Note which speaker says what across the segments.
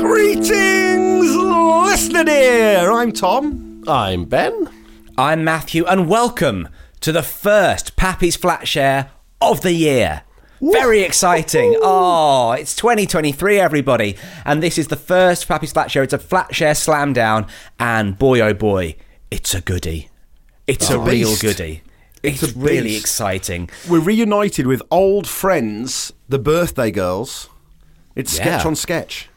Speaker 1: Greetings, listener dear. I'm Tom.
Speaker 2: I'm Ben.
Speaker 3: I'm Matthew, and welcome to the first Pappy's Flat Share of the year. Very exciting. Oh, it's 2023, everybody. And this is the first Pappy's Flat Share. It's a Flat Share slam down, and boy, oh boy, it's a goodie. It's
Speaker 2: Oh.
Speaker 3: a real
Speaker 2: Beast.
Speaker 3: goodie. It's,
Speaker 2: a
Speaker 3: really
Speaker 2: beast.
Speaker 3: exciting.
Speaker 1: We're reunited with old friends, the birthday girls. It's sketch
Speaker 3: Yeah.
Speaker 1: on sketch.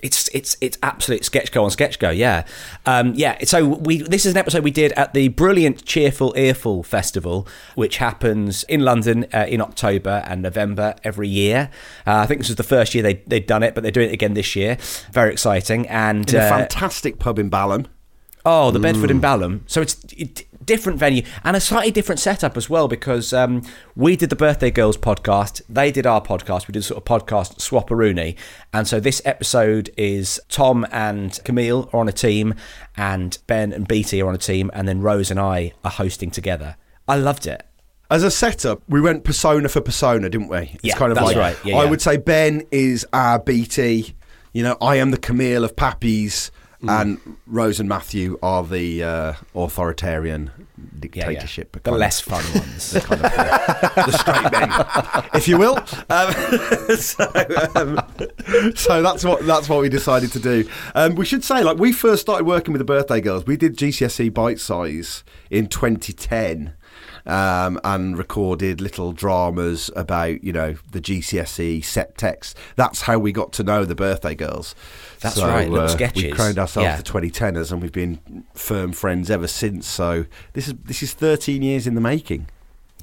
Speaker 3: It's it's it's absolute sketch go on sketch go yeah um, yeah so we this is an episode we did at the brilliant cheerful earful festival which happens in London uh, in October and November every year uh, I think this was the first year they they'd done it but they're doing it again this year very exciting and
Speaker 1: In a
Speaker 3: uh,
Speaker 1: fantastic pub in Ballon.
Speaker 3: Oh, the Bedford
Speaker 1: Mm.
Speaker 3: and Balham. So it's a d- different venue and a slightly different setup as well because um, we did the Birthday Girls podcast. They did our podcast. We did a sort of podcast swapperoonie. And so this episode is Tom and Camille are on a team and Ben and Beatty are on a team and then Rose and I are hosting together. I loved it.
Speaker 1: As a setup, we went persona for persona, didn't we? It's
Speaker 3: Yeah,
Speaker 1: kind of
Speaker 3: that's
Speaker 1: like
Speaker 3: right. Yeah,
Speaker 1: I
Speaker 3: yeah.
Speaker 1: would say Ben is our BT. You know, I am the Camille of Pappies,
Speaker 3: Mm.
Speaker 1: and Rose and Matthew are the uh, authoritarian
Speaker 3: Yeah, yeah.
Speaker 1: dictatorship.
Speaker 3: The
Speaker 1: kind of-
Speaker 3: less fun ones.
Speaker 1: kind of the, the straight men, if you will. Um, so, um, so that's what that's what we decided to do. Um, we should say, like, we first started working with the Birthday Girls. We did GCSE E Bite Size in 2010. Um, and recorded little dramas about you know the GCSE E set text. That's how we got to know the Birthday Girls. uh,
Speaker 3: That's right, little
Speaker 1: We
Speaker 3: sketches.
Speaker 1: crowned ourselves
Speaker 3: Yeah.
Speaker 1: the 2010ers, and we've been firm friends ever since. So this is this is 13 years in the making.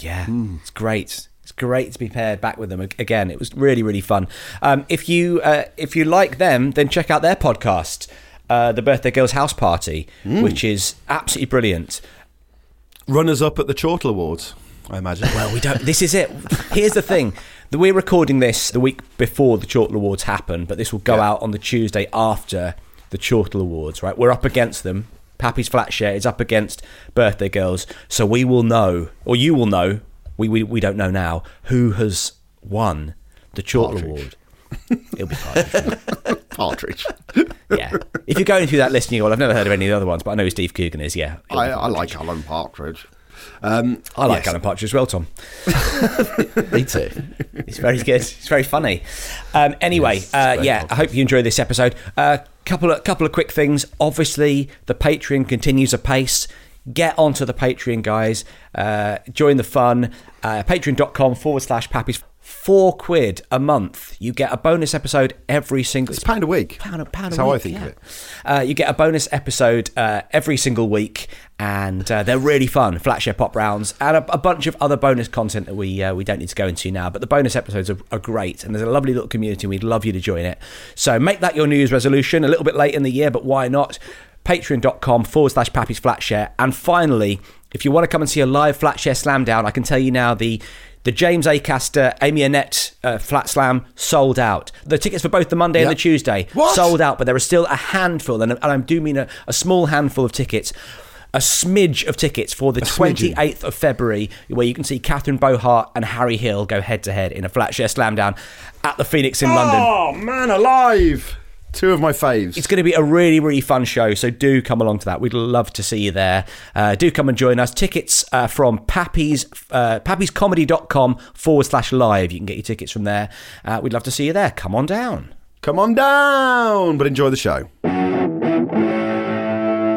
Speaker 3: Yeah, it's great. It's great to be paired back with them Ag- again. It was really, really fun. Um, if you uh, if you like them, then check out their podcast, uh, the Birthday Girls House Party, which is absolutely brilliant.
Speaker 1: runners up at the Chortle Awards, I imagine.
Speaker 3: Well, we don't. this is it. Here's the thing: that we're recording this the week before the Chortle Awards happen, but this will go out on the Tuesday after the Chortle Awards. Right, we're up against them. Pappy's flat share is up against Birthday Girls, so we will know, or you will know. We we, we don't know now who has won the Chortle Award. It'll be Partridge.
Speaker 1: Partridge.
Speaker 3: yeah. If you're going through that list, and you go, well, I've never heard of any of the other ones, but I know who Steve Coogan is. Yeah, it'll
Speaker 1: I,
Speaker 3: be
Speaker 1: I
Speaker 3: Partridge.
Speaker 1: like Alan Partridge. Um,
Speaker 3: I like
Speaker 1: yes.
Speaker 3: Alan Partridge as well, Tom.
Speaker 2: Me too.
Speaker 3: It's very good. It's very funny. Um, anyway, uh, yeah, I hope you enjoy this episode. A uh, couple of couple of quick things. Obviously, the Patreon continues apace. Get onto the Patreon, guys. Uh, join the fun. Uh, Patreon.com forward slash pappies. Four quid a month. You get a bonus episode every single.
Speaker 1: It's a pound a week.
Speaker 3: Pound a pound
Speaker 1: That's
Speaker 3: a
Speaker 1: how I
Speaker 3: week,
Speaker 1: think
Speaker 3: yeah.
Speaker 1: of it.
Speaker 3: Uh, you get a bonus episode uh, every single week, and uh, they're really fun. Flatshare pop rounds and a, a bunch of other bonus content that we uh, we don't need to go into now. But the bonus episodes are, are great, and there's a lovely little community. and We'd love you to join it. So make that your New Year's resolution. A little bit late in the year, but why not? Patreon.com forward slash Pappy's Flatshare. And finally, if you want to come and see a live Flatshare Slam Down, I can tell you now the the James Acaster, Amy Annette uh, Flat Slam sold out. The tickets for both the Monday and
Speaker 1: Yeah.
Speaker 3: the Tuesday
Speaker 1: What?
Speaker 3: sold out, but there are still a handful, and, and I do mean a, a small handful of tickets, a smidge of tickets for the
Speaker 1: smidgen.
Speaker 3: 28th of February, where you can see Catherine Bohart and Harry Hill go head to head in a flat share slam down at the Phoenix in London.
Speaker 1: Oh, man alive. Two of my faves.
Speaker 3: It's going to be a really, really fun show. So do come along to that. We'd love to see you there. Uh, do come and join us. Tickets uh, from Pappy's, uh, pappy'scomedy.com forward slash live. You can get your tickets from there. Uh, we'd love to see you there. Come on down.
Speaker 1: Come on down, but enjoy the show.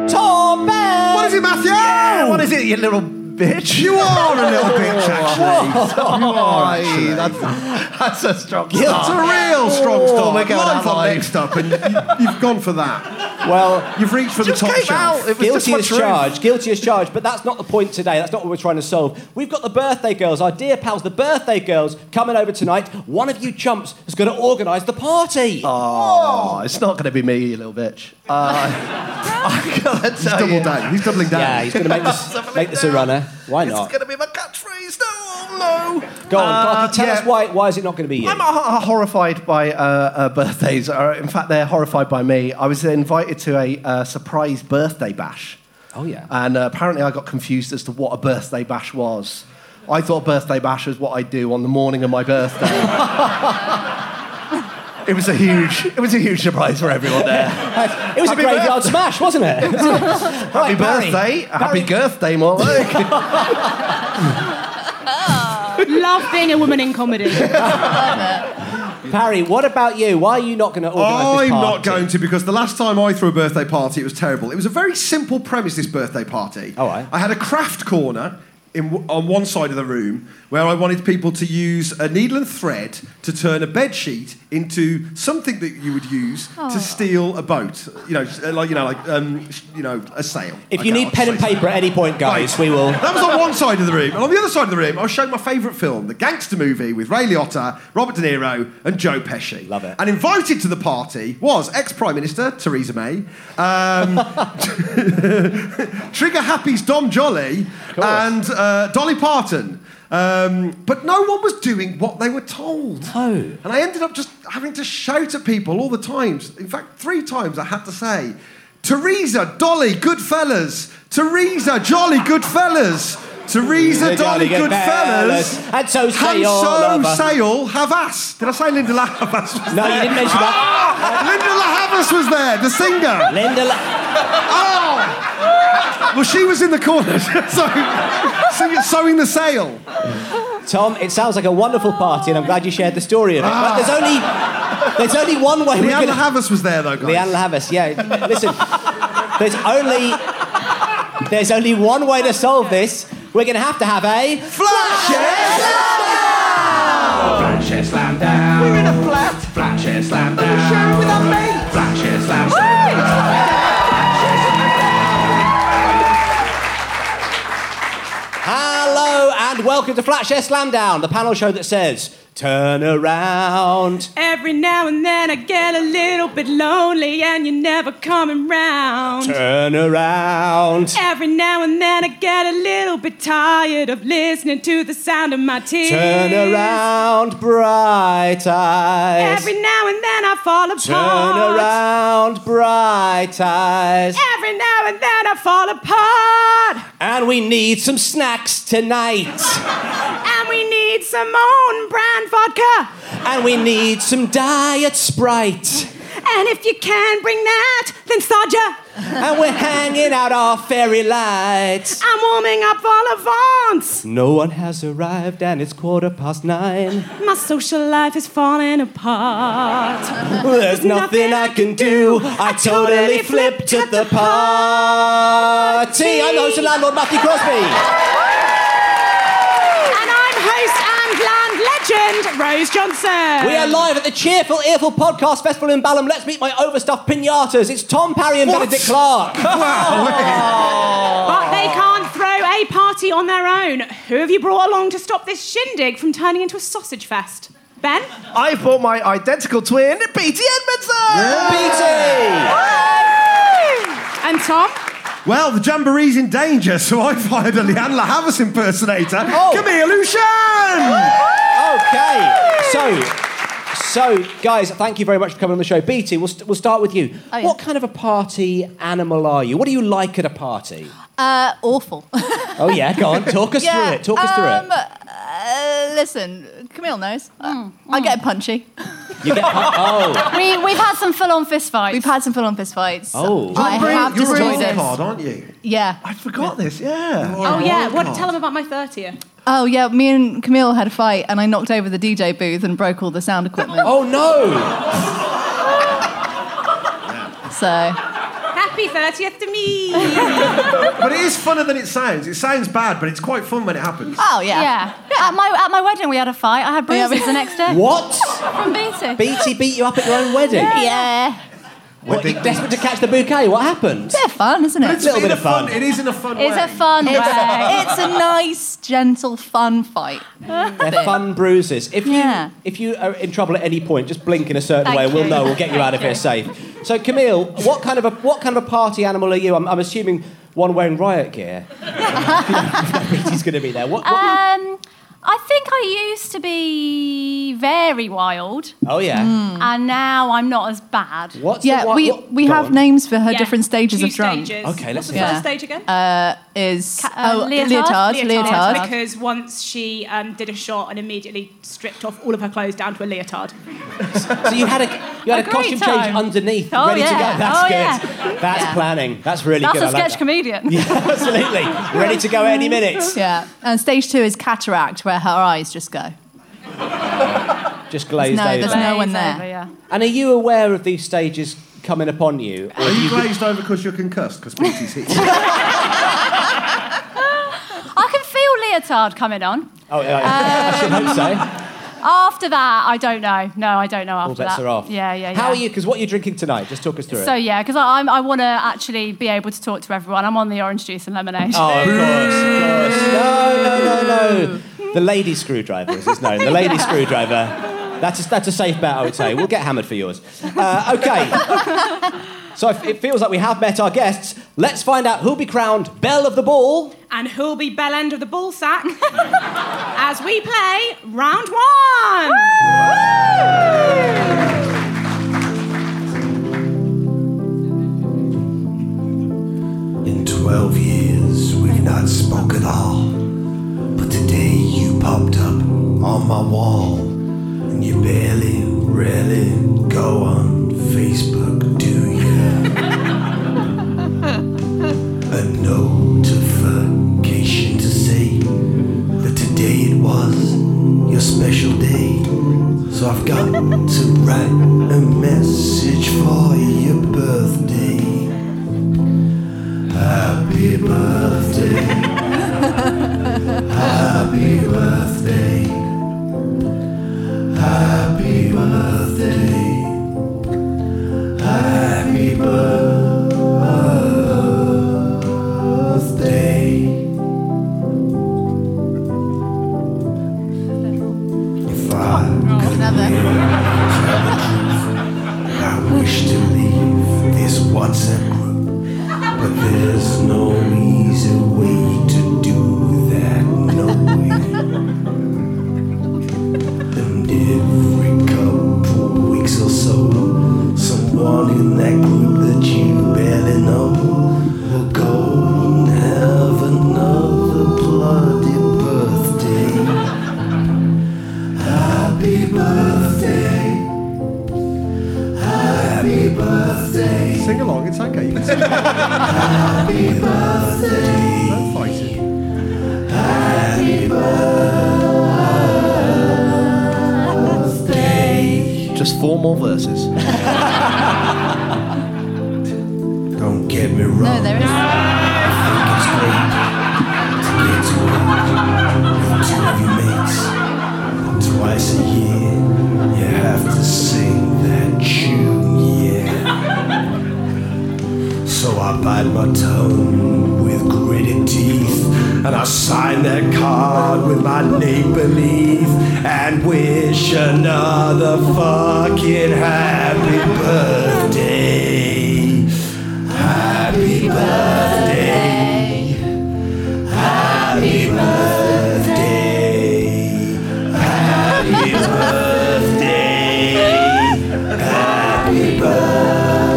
Speaker 3: Tom Bell!
Speaker 1: What is it, Matthew?
Speaker 2: what is it, you little bitch?
Speaker 1: You are a little
Speaker 2: Oh,
Speaker 1: bitch, actually.
Speaker 2: Aye, that's, that's a strong start.
Speaker 1: It's a real strong
Speaker 2: Oh,
Speaker 1: start.
Speaker 2: We're going
Speaker 1: Live
Speaker 2: out
Speaker 1: on
Speaker 2: live.
Speaker 1: next up, and you, you've gone for that.
Speaker 2: Well,
Speaker 1: you've reached for
Speaker 2: Just
Speaker 1: the top
Speaker 2: came
Speaker 1: shelf.
Speaker 2: out. It was just
Speaker 3: guilty
Speaker 2: my
Speaker 3: as
Speaker 2: truth.
Speaker 3: charged, guilty as charged, but that's not the point today. That's not what we're trying to solve. We've got the birthday girls, our dear pals, the birthday girls coming over tonight. One of you chumps is going to organise the party.
Speaker 2: Oh, it's not going to be me, you little bitch. Uh, I gotta tell
Speaker 1: double
Speaker 2: you,
Speaker 1: down. He's doubling down.
Speaker 3: Yeah, he's going to make
Speaker 2: Doubling
Speaker 3: this, make this a
Speaker 2: down.
Speaker 3: runner. Why
Speaker 2: It's
Speaker 3: not?
Speaker 2: going to be my catchphrase. No, no.
Speaker 3: Go on,
Speaker 2: Uh,
Speaker 3: Clarky, tell
Speaker 2: yeah.
Speaker 3: us why, why is it not going to be you?
Speaker 2: I'm uh, uh, horrified by uh, uh, birthdays. Uh, in fact, they're horrified by me. I was invited to a uh, surprise birthday bash.
Speaker 3: Oh, yeah.
Speaker 2: And uh, apparently, I got confused as to what a birthday bash was. I thought birthday bash was what I do on the morning of my birthday. it was a huge, it was a huge surprise for everyone there.
Speaker 3: it was a
Speaker 2: Happy
Speaker 3: graveyard
Speaker 2: birthday.
Speaker 3: smash, wasn't it?
Speaker 2: Happy
Speaker 3: Happy
Speaker 2: birthday, happy birthday, more like.
Speaker 4: Love being a woman in comedy.
Speaker 3: Barry, what about you? Why are you not going to organise this party?
Speaker 1: I'm not going to because the last time I threw a birthday party, it was terrible. It was a very simple premise. This birthday party.
Speaker 3: Oh, aye.
Speaker 1: I had a craft corner in, on one side of the room where I wanted people to use a needle and thread to turn a bed sheet into something that you would use to
Speaker 2: Oh.
Speaker 1: steal a boat. You know, s- like you know, like um, sh- you know, a sail.
Speaker 3: If you
Speaker 1: Okay,
Speaker 3: need
Speaker 1: I'll
Speaker 3: pen and
Speaker 1: say
Speaker 3: paper at any point, guys, we will.
Speaker 1: That was on one side of the room. And on the other side of the room, I was showing my favourite film, the gangster movie with Ray Liotta, Robert De Niro, and Joe Pesci.
Speaker 3: Love it.
Speaker 1: And invited to the party was ex Prime Minister Theresa May, um, Trigger Happy's Dom Jolly, and uh, Dolly Parton. Um, but no one was doing what they were told.
Speaker 3: No.
Speaker 1: And I ended up just having to shout at people all the times. In fact, three times I had to say, Teresa, Dolly, Goodfellas. Teresa, Jolly, Goodfellas. Teresa,
Speaker 3: Teresa, Jolly,
Speaker 1: Dolly, Goodfellas.
Speaker 3: Goodfellas. And so say
Speaker 1: And
Speaker 3: all
Speaker 1: so
Speaker 3: of us.
Speaker 1: say all have us. Did I say Linda La Havas? was
Speaker 3: No, you
Speaker 1: there?
Speaker 3: didn't mention that.
Speaker 1: Ah! Linda La Havas was there, the singer.
Speaker 3: Linda, La-
Speaker 1: Oh! Well, she was in the corner, so, sing- sewing the sail.
Speaker 3: Tom, it sounds like a wonderful party, and I'm glad you shared the story of it. But there's only there's only one way we
Speaker 1: Leanne
Speaker 3: can.
Speaker 1: La Havas was there, though, guys.
Speaker 3: Leanne Lavis, yeah. Listen, there's only there's only one way to solve this. We're going to have to have a
Speaker 1: Flash it down!
Speaker 5: Flat chair slam down. We're in a flat. Flat chair slam down. Share with our mates. Flat chair slam down.
Speaker 3: hello and welcome to Flatshare Slamdown, the panel show that says turn around.
Speaker 4: Every now and then I get a little bit lonely and you're never coming round.
Speaker 3: Turn around.
Speaker 4: Every now and then I get a little bit tired of listening to the sound of my tears.
Speaker 3: Turn around, bright eyes.
Speaker 4: Every now and then I fall apart.
Speaker 3: Turn around, bright eyes.
Speaker 4: Every now and then I fall apart.
Speaker 3: And we need some snacks tonight.
Speaker 4: And we need some own brand vodka.
Speaker 3: and we need some diet sprite.
Speaker 4: And if you can bring that, then Sodja,
Speaker 3: and we're hanging out our fairy lights.
Speaker 4: I'm warming up all avance.
Speaker 3: No one has arrived and it's quarter past nine.
Speaker 4: My social life is falling apart.
Speaker 3: There's nothing I can do. I totally flipped at the party. I'm the host and landlord Matthew Crosby.
Speaker 4: And I'm host and land legend, Rose Johnson.
Speaker 3: We are live at the Cheerful Earful Podcast Festival in Balham. Let's meet my overstuffed pinatas. It's Tom Parry and Benedict Clark.
Speaker 4: But they can't throw a party on their own. Who have you brought along to stop this shindig from turning into a sausage fest? Ben?
Speaker 2: I bought my identical twin, P.T. Edmondson.
Speaker 3: BT.
Speaker 4: And Tom?
Speaker 1: Well, the jamboree's in danger, so I fired a Leanne La Havas impersonator,
Speaker 6: Oh.
Speaker 1: Camille Lucian!
Speaker 3: Okay. So, so guys, thank you very much for coming on the show. BT, we'll, st- we'll start with you.
Speaker 6: Oh, yeah.
Speaker 3: What kind of a party animal are you? What do you like at a party?
Speaker 6: Uh, awful.
Speaker 3: Oh yeah, go on. Talk us through it. Talk us
Speaker 6: um,
Speaker 3: through
Speaker 6: Uh, listen, Camille knows. I get punchy.
Speaker 3: it. You get oh,
Speaker 7: Hmm, We, we've had some full-on fist fights.
Speaker 6: We've had some full-on fist fights.
Speaker 3: Oh.
Speaker 6: I
Speaker 1: You're a-
Speaker 6: have
Speaker 1: You're
Speaker 6: destroyed
Speaker 1: a
Speaker 6: it.
Speaker 1: card, aren't you?
Speaker 6: Yeah.
Speaker 2: I forgot this. Yeah.
Speaker 4: Oh, yeah. What?
Speaker 1: God.
Speaker 4: Tell them about my 30th.
Speaker 6: Oh yeah. Me and Camille had a fight, and I knocked over the DJ booth and broke all the sound equipment.
Speaker 3: oh no!
Speaker 6: So
Speaker 4: Happy 30th to me. Oh,
Speaker 1: But it is funner than it sounds. It sounds bad, but it's quite fun when it happens.
Speaker 6: oh yeah.
Speaker 7: yeah. At my at my wedding, we had a fight. I had
Speaker 6: Yeah,
Speaker 7: bruises
Speaker 6: we-
Speaker 7: the next day
Speaker 3: What?
Speaker 7: from BT.
Speaker 3: BT beat you up at your own wedding?
Speaker 6: Yeah.
Speaker 3: What, you desperate to catch the bouquet? What happened?
Speaker 7: They're fun, isn't it?
Speaker 3: It's a little bit of fun.
Speaker 5: It is in a fun
Speaker 7: It's a fun
Speaker 6: It's-
Speaker 7: way. It's a nice, gentle, fun fight.
Speaker 3: They're fun bruises. If you
Speaker 7: Yeah.
Speaker 3: if you are in trouble at any point, just blink in a certain
Speaker 7: Thank
Speaker 3: way. and We'll
Speaker 7: you.
Speaker 3: know. We'll get you out of here safe. So, Camille, what kind of a what kind of a party animal are you? I'm, I'm assuming one wearing riot gear. Nobody's going to be there. What? what-
Speaker 7: Um, I think I used to be very wild.
Speaker 3: oh yeah.
Speaker 7: And now I'm not as bad.
Speaker 3: What's
Speaker 6: yeah,
Speaker 7: the wi-
Speaker 6: we
Speaker 7: what-
Speaker 6: we
Speaker 7: Go
Speaker 6: have
Speaker 7: on.
Speaker 6: names for her
Speaker 7: Yeah,
Speaker 6: different stages
Speaker 7: two
Speaker 6: of drunk.
Speaker 4: stages.
Speaker 7: Okay, let's
Speaker 4: What's the
Speaker 7: see. Yeah.
Speaker 4: first stage again? um,
Speaker 6: Uh, is oh, leotard, leotard,
Speaker 4: Because once she um, did a shot and immediately stripped off all of her clothes down to a leotard.
Speaker 3: So you had a you had a,
Speaker 4: A great
Speaker 3: costume change
Speaker 4: time.
Speaker 3: underneath,
Speaker 4: Oh,
Speaker 3: ready to
Speaker 4: yeah.
Speaker 3: go. That's
Speaker 4: Oh,
Speaker 3: good.
Speaker 4: yeah.
Speaker 3: That's
Speaker 7: Yeah.
Speaker 3: planning. That's really
Speaker 7: That's
Speaker 3: good.
Speaker 7: a
Speaker 3: I like
Speaker 7: sketch
Speaker 3: that.
Speaker 7: comedian.
Speaker 3: Yeah, absolutely. Ready to go any minute.
Speaker 6: Yeah,
Speaker 7: and stage two is cataract, where her eyes just go.
Speaker 3: Just glazed
Speaker 6: no,
Speaker 3: over.
Speaker 6: there's no one there.
Speaker 3: And are you aware of these stages coming upon you? Or
Speaker 5: Are you glazed over because you're concussed? Because Petey's hit you.
Speaker 7: I can feel leotard coming on.
Speaker 3: Oh, yeah, yeah. I should hope so.
Speaker 7: After that, I don't know. No, I don't know after
Speaker 3: All bets
Speaker 7: that.
Speaker 3: are off.
Speaker 7: Yeah, yeah, yeah.
Speaker 3: How are you? Because what you're drinking tonight? Just talk us through
Speaker 7: So
Speaker 3: it.
Speaker 7: yeah, because I, I'm- I want to actually be able to talk to everyone. I'm on the orange juice and lemonade.
Speaker 3: Oh, of course, of course. No, no, no, no. The lady screwdriver, as it's known. The lady
Speaker 7: Yeah.
Speaker 3: screwdriver. That's a, that's a safe bet, I would say. We'll get hammered for yours. Uh, okay. So if it feels like we have met our guests. Let's find out who'll be crowned Belle of the Ball.
Speaker 4: And who'll be bell end of the ball sack as we play round one?
Speaker 8: In 12 years, we've not spoke at all. But today you popped up on my wall. And you barely, rarely go on Facebook, do you? A notification to say that today it was your special day. So I've got to write a message for your birthday. Happy birthday. Happy birthday. Happy birthday. Happy birthday. If I could live, I wish to leave this WhatsApp group. But there's no easy way to do that, no way. And every couple weeks or so, someone in that group that you barely know will go and have another bloody birthday. Happy birthday. Happy birthday.
Speaker 5: Sing along, it's okay. You can sing.
Speaker 8: Happy birthday.
Speaker 5: Don't fight it.
Speaker 8: Happy birthday.
Speaker 2: Just four more verses.
Speaker 8: Don't get me wrong. No, there is. It's great to get to work with two of your mates. But Twice a year, you have to sing that tune, yeah. So I bite my tongue with gritted teeth, and I sign that card with my name beneath, and wish another fucking happy birthday. Happy birthday. Happy birthday. Happy birthday. Happy birthday.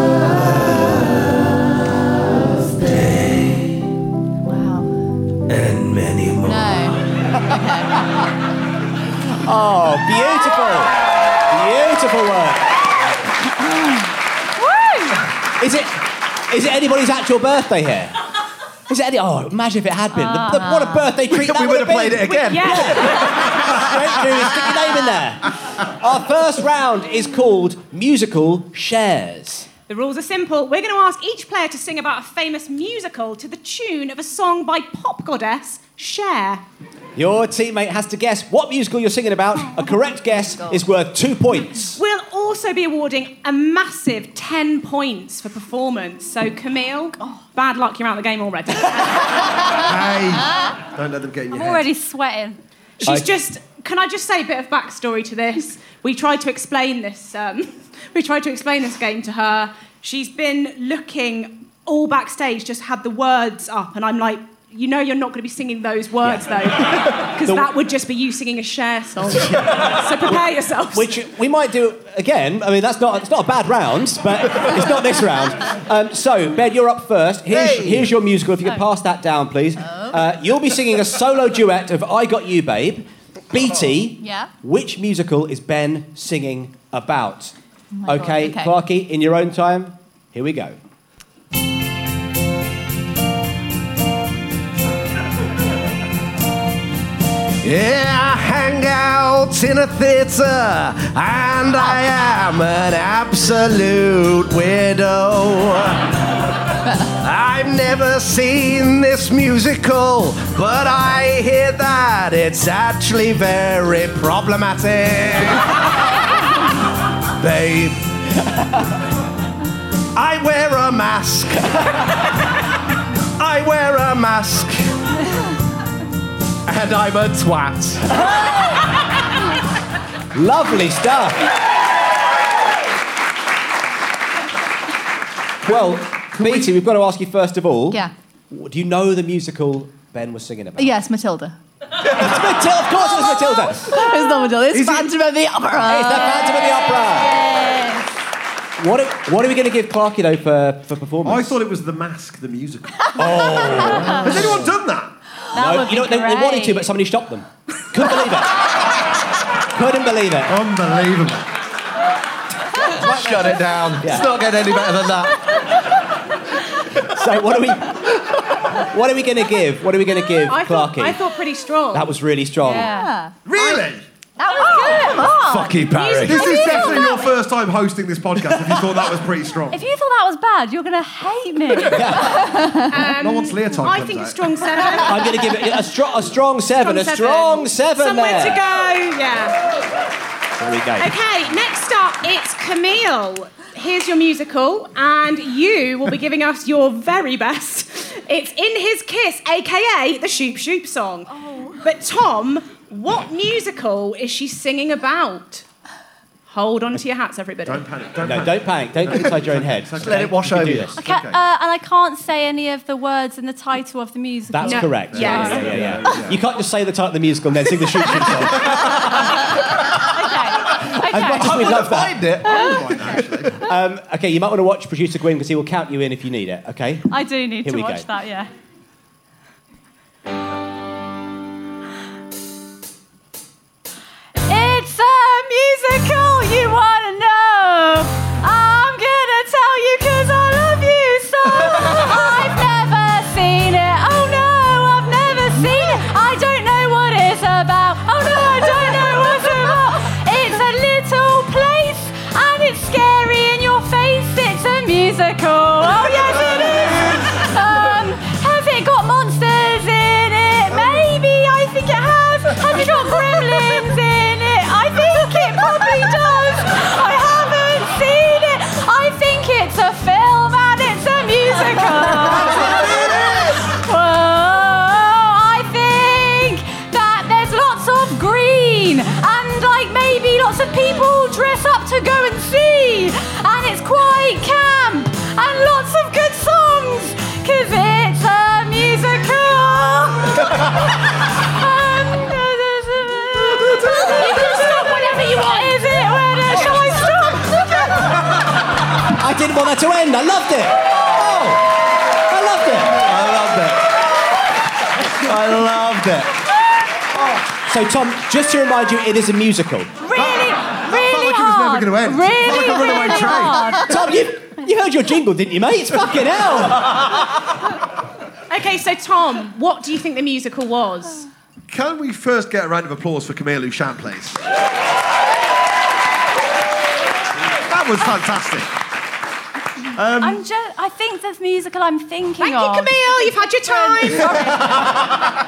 Speaker 8: Wow. And many more.
Speaker 3: Oh, beautiful. Beautiful work. Is it, is it anybody's actual birthday here? Is it any? Oh, imagine if it had been. The- the- what a birthday treat that
Speaker 9: We
Speaker 3: would have
Speaker 9: would've played
Speaker 3: been.
Speaker 9: it again. We- yeah.
Speaker 3: Straight through, stick your name in there. Our first round is called Musical Shares.
Speaker 4: The rules are simple. We're going to ask each player to sing about a famous musical to the tune of a song by pop goddess Cher.
Speaker 3: Your teammate has to guess what musical you're singing about. A correct guess is worth two points.
Speaker 4: We'll all also be awarding a massive 10 points for performance. So, Camille, bad luck, you're out of the game already.
Speaker 1: Hey, don't let them get in your
Speaker 7: I'm
Speaker 1: head.
Speaker 7: already sweating.
Speaker 4: She's just. Can I just say a bit of backstory to this? We tried to explain this. Um, we tried to explain this game to her. She's been looking all backstage, just had the words up, and I'm like, you know, you're not going to be singing those words though, because
Speaker 3: The-
Speaker 4: that would just be you singing a share song. so prepare yourself.
Speaker 3: Which we might do again. I mean, that's not it's not a bad round, but it's not this round. Um, so, Ben, you're up first. Here's, here's your musical. If you
Speaker 5: Oh.
Speaker 3: could pass that down, please. Uh, you'll be singing a solo duet of "I Got You, Babe." BT,
Speaker 5: Yeah.
Speaker 3: which musical is Ben singing about?
Speaker 5: Oh my God,
Speaker 3: okay,
Speaker 5: okay.
Speaker 3: Clarky, in your own time. Here we go.
Speaker 2: Yeah, I hang out in a theatre, and I am an absolute weirdo. I've never seen this musical, but I hear that it's actually very problematic. Babe, I wear a mask. I wear a mask. And I'm a twat.
Speaker 3: Lovely stuff. Well, BT, we've got to ask you first of all.
Speaker 5: Yeah.
Speaker 3: Do you know the musical Ben was singing about?
Speaker 5: Yes, Matilda.
Speaker 3: It's Matilda, of course it's Matilda. It's
Speaker 5: not Matilda. It's Phantom of the Opera.
Speaker 3: It's the Phantom of the Opera. What are, what are we going to give Clarky though for, for performance?
Speaker 1: I thought it was The Mask, the musical.
Speaker 3: Oh.
Speaker 1: Has anyone done that?
Speaker 7: That
Speaker 3: no,
Speaker 7: would
Speaker 3: you know
Speaker 7: be
Speaker 3: they, they wanted to,
Speaker 7: great.
Speaker 3: but somebody stopped them. Couldn't believe it. Couldn't believe it.
Speaker 1: Unbelievable.
Speaker 2: Shut it down. It's not getting any better than that.
Speaker 3: So what are we? What are we going to give? What are we going to give
Speaker 4: I thought,
Speaker 3: Clarky?
Speaker 4: I thought pretty strong.
Speaker 3: that was really strong.
Speaker 4: Yeah.
Speaker 1: Really?
Speaker 4: That was
Speaker 7: good.
Speaker 6: Oh,
Speaker 3: Fucky Parry.
Speaker 1: This
Speaker 7: Have
Speaker 1: is
Speaker 7: you
Speaker 1: definitely
Speaker 7: done
Speaker 1: your first time hosting this podcast. If you thought that was pretty strong.
Speaker 7: If you thought that was bad, you're going to hate me.
Speaker 1: no one's leotard.
Speaker 4: Um, I
Speaker 1: comes
Speaker 4: think
Speaker 1: out.
Speaker 4: strong seven.
Speaker 3: I'm going to give it a, stro- a strong seven. a strong seven.
Speaker 4: Somewhere
Speaker 3: there.
Speaker 4: to go. Yeah.
Speaker 3: There we go.
Speaker 4: Okay. Next up, it's Camille. Here's your musical, and you will be giving us your very best. It's in his kiss, aka the Shoop Shoop song. But Tom, what musical is she singing about? Hold on to your hats, everybody. Don't
Speaker 1: panic.
Speaker 3: No, don't panic. Don't get inside your own head.
Speaker 1: Just
Speaker 3: let it wash over you.
Speaker 7: I can't- uh, and I can't say any of the words in the title of the musical.
Speaker 3: That's correct.
Speaker 7: Yes.
Speaker 3: Yeah, yeah, yeah, yeah. You can't just say the title of the musical and then sing the shoot shoot song. As much as we love that.
Speaker 4: Oh
Speaker 3: Um, okay, you might want to watch producer Gwyn because he will count you in if you need it. Okay.
Speaker 7: I do need
Speaker 3: Here
Speaker 7: to
Speaker 3: we go.
Speaker 7: watch that, yeah. It's a musical you wanna know. I'm gonna tell you 'cause I love you so. I've never seen it. Oh no, I've never seen it. I don't know what it's about. Oh no, I don't know what's about. It's a little place and it's scary in your face. It's a musical. Oh yes, it is. Um, has it got monsters in it? Maybe. I think it has. Has it got gremlins in it? I think it probably does. I haven't seen it. I think it's a film and it's a musical. Whoa, Oh, I think that there's lots of green and like maybe lots of people dress up to go and see. And it's quite camp and lots of good songs because it's a musical. Um, you can stop whenever you want. Is it? When, uh, shall I stop?
Speaker 3: I didn't want that to end. I loved it. Oh, I loved it. I loved it. I loved it. So, Tom, just to remind you, it is a musical.
Speaker 7: Really, really
Speaker 3: like it was never
Speaker 7: hard.
Speaker 3: gonna end.
Speaker 7: Really,
Speaker 3: Felt like a runaway
Speaker 7: really
Speaker 3: train.
Speaker 7: hard.
Speaker 3: Tom, you, you heard your jingle, didn't you, mate? It's fucking hell.
Speaker 4: Okay, so Tom, what do you think the musical was?
Speaker 1: Can we first get a round of applause for Camille Duchamp, please? that was fantastic. Um,
Speaker 7: I'm just. I think the musical I'm thinking
Speaker 4: Thank you,
Speaker 7: of.
Speaker 4: Camille. You've had your time.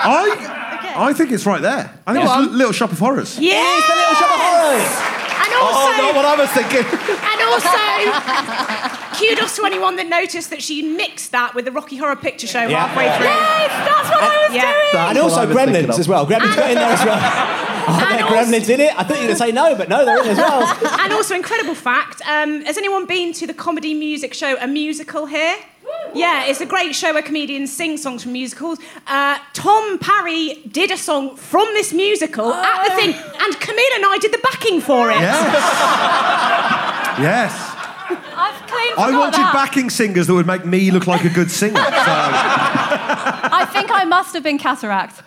Speaker 1: I, I think it's right there. I think
Speaker 4: Go
Speaker 1: it's
Speaker 4: on.
Speaker 1: Little Shop of Horrors.
Speaker 4: Yes,
Speaker 3: the little shop of horrors.
Speaker 4: And And also,
Speaker 2: oh, not what I was thinking.
Speaker 4: and also, kudos to anyone that noticed that she mixed that with the Rocky Horror Picture Show
Speaker 3: Yeah.
Speaker 4: halfway through.
Speaker 7: Yes, that's what I was doing.
Speaker 3: and also Gremlins as well. Gremlins got in there as well. Are there Gremlins in it? I thought you were going to say no, but no, they're in as well.
Speaker 4: and also, incredible fact um, has anyone been to the comedy music show A Musical here? Yeah, it's a great show where comedians sing songs from musicals. Uh, Tom Parry did a song from this musical at
Speaker 7: Oh.
Speaker 4: the thing, and Camille and I did the backing for it.
Speaker 5: Yes.
Speaker 7: I've clean
Speaker 5: I
Speaker 7: forgot
Speaker 5: wanted
Speaker 7: that.
Speaker 5: backing singers that would make me look like a good singer. So.
Speaker 7: I think I must have been cataract.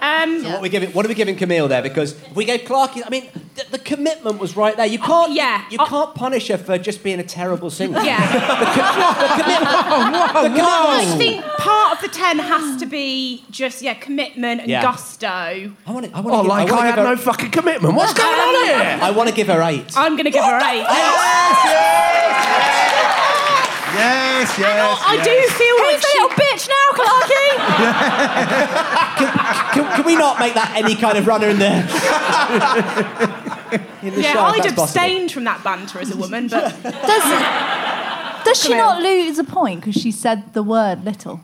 Speaker 4: Um,
Speaker 3: What are we giving? What are we giving Camille there? Because if we gave Clarky. I mean, the, the commitment was right there. You can't. Oh, yeah. You can't punish her for just being a terrible singer.
Speaker 4: Yeah.
Speaker 3: the, co- the commitment. the commitment-
Speaker 4: I think part of the 10 has to be just, yeah, commitment and
Speaker 3: Yeah.
Speaker 4: gusto. I
Speaker 3: want to, I
Speaker 4: want
Speaker 3: fucking commitment.
Speaker 4: What's going
Speaker 3: Um,
Speaker 4: on here?
Speaker 3: I want to give her eight.
Speaker 4: Oh, I'm going to give her eight.
Speaker 5: Yes, yes.
Speaker 4: I do feel
Speaker 7: Who's the little bitch now, Clarky?
Speaker 3: Can, can we not make that any kind of runner in there? in the
Speaker 4: yeah,
Speaker 3: show, if
Speaker 4: I'd
Speaker 3: that's possible.
Speaker 4: abstained from that banter as a woman, but
Speaker 6: Does she
Speaker 4: Camille.
Speaker 6: not lose a point because she said the word little?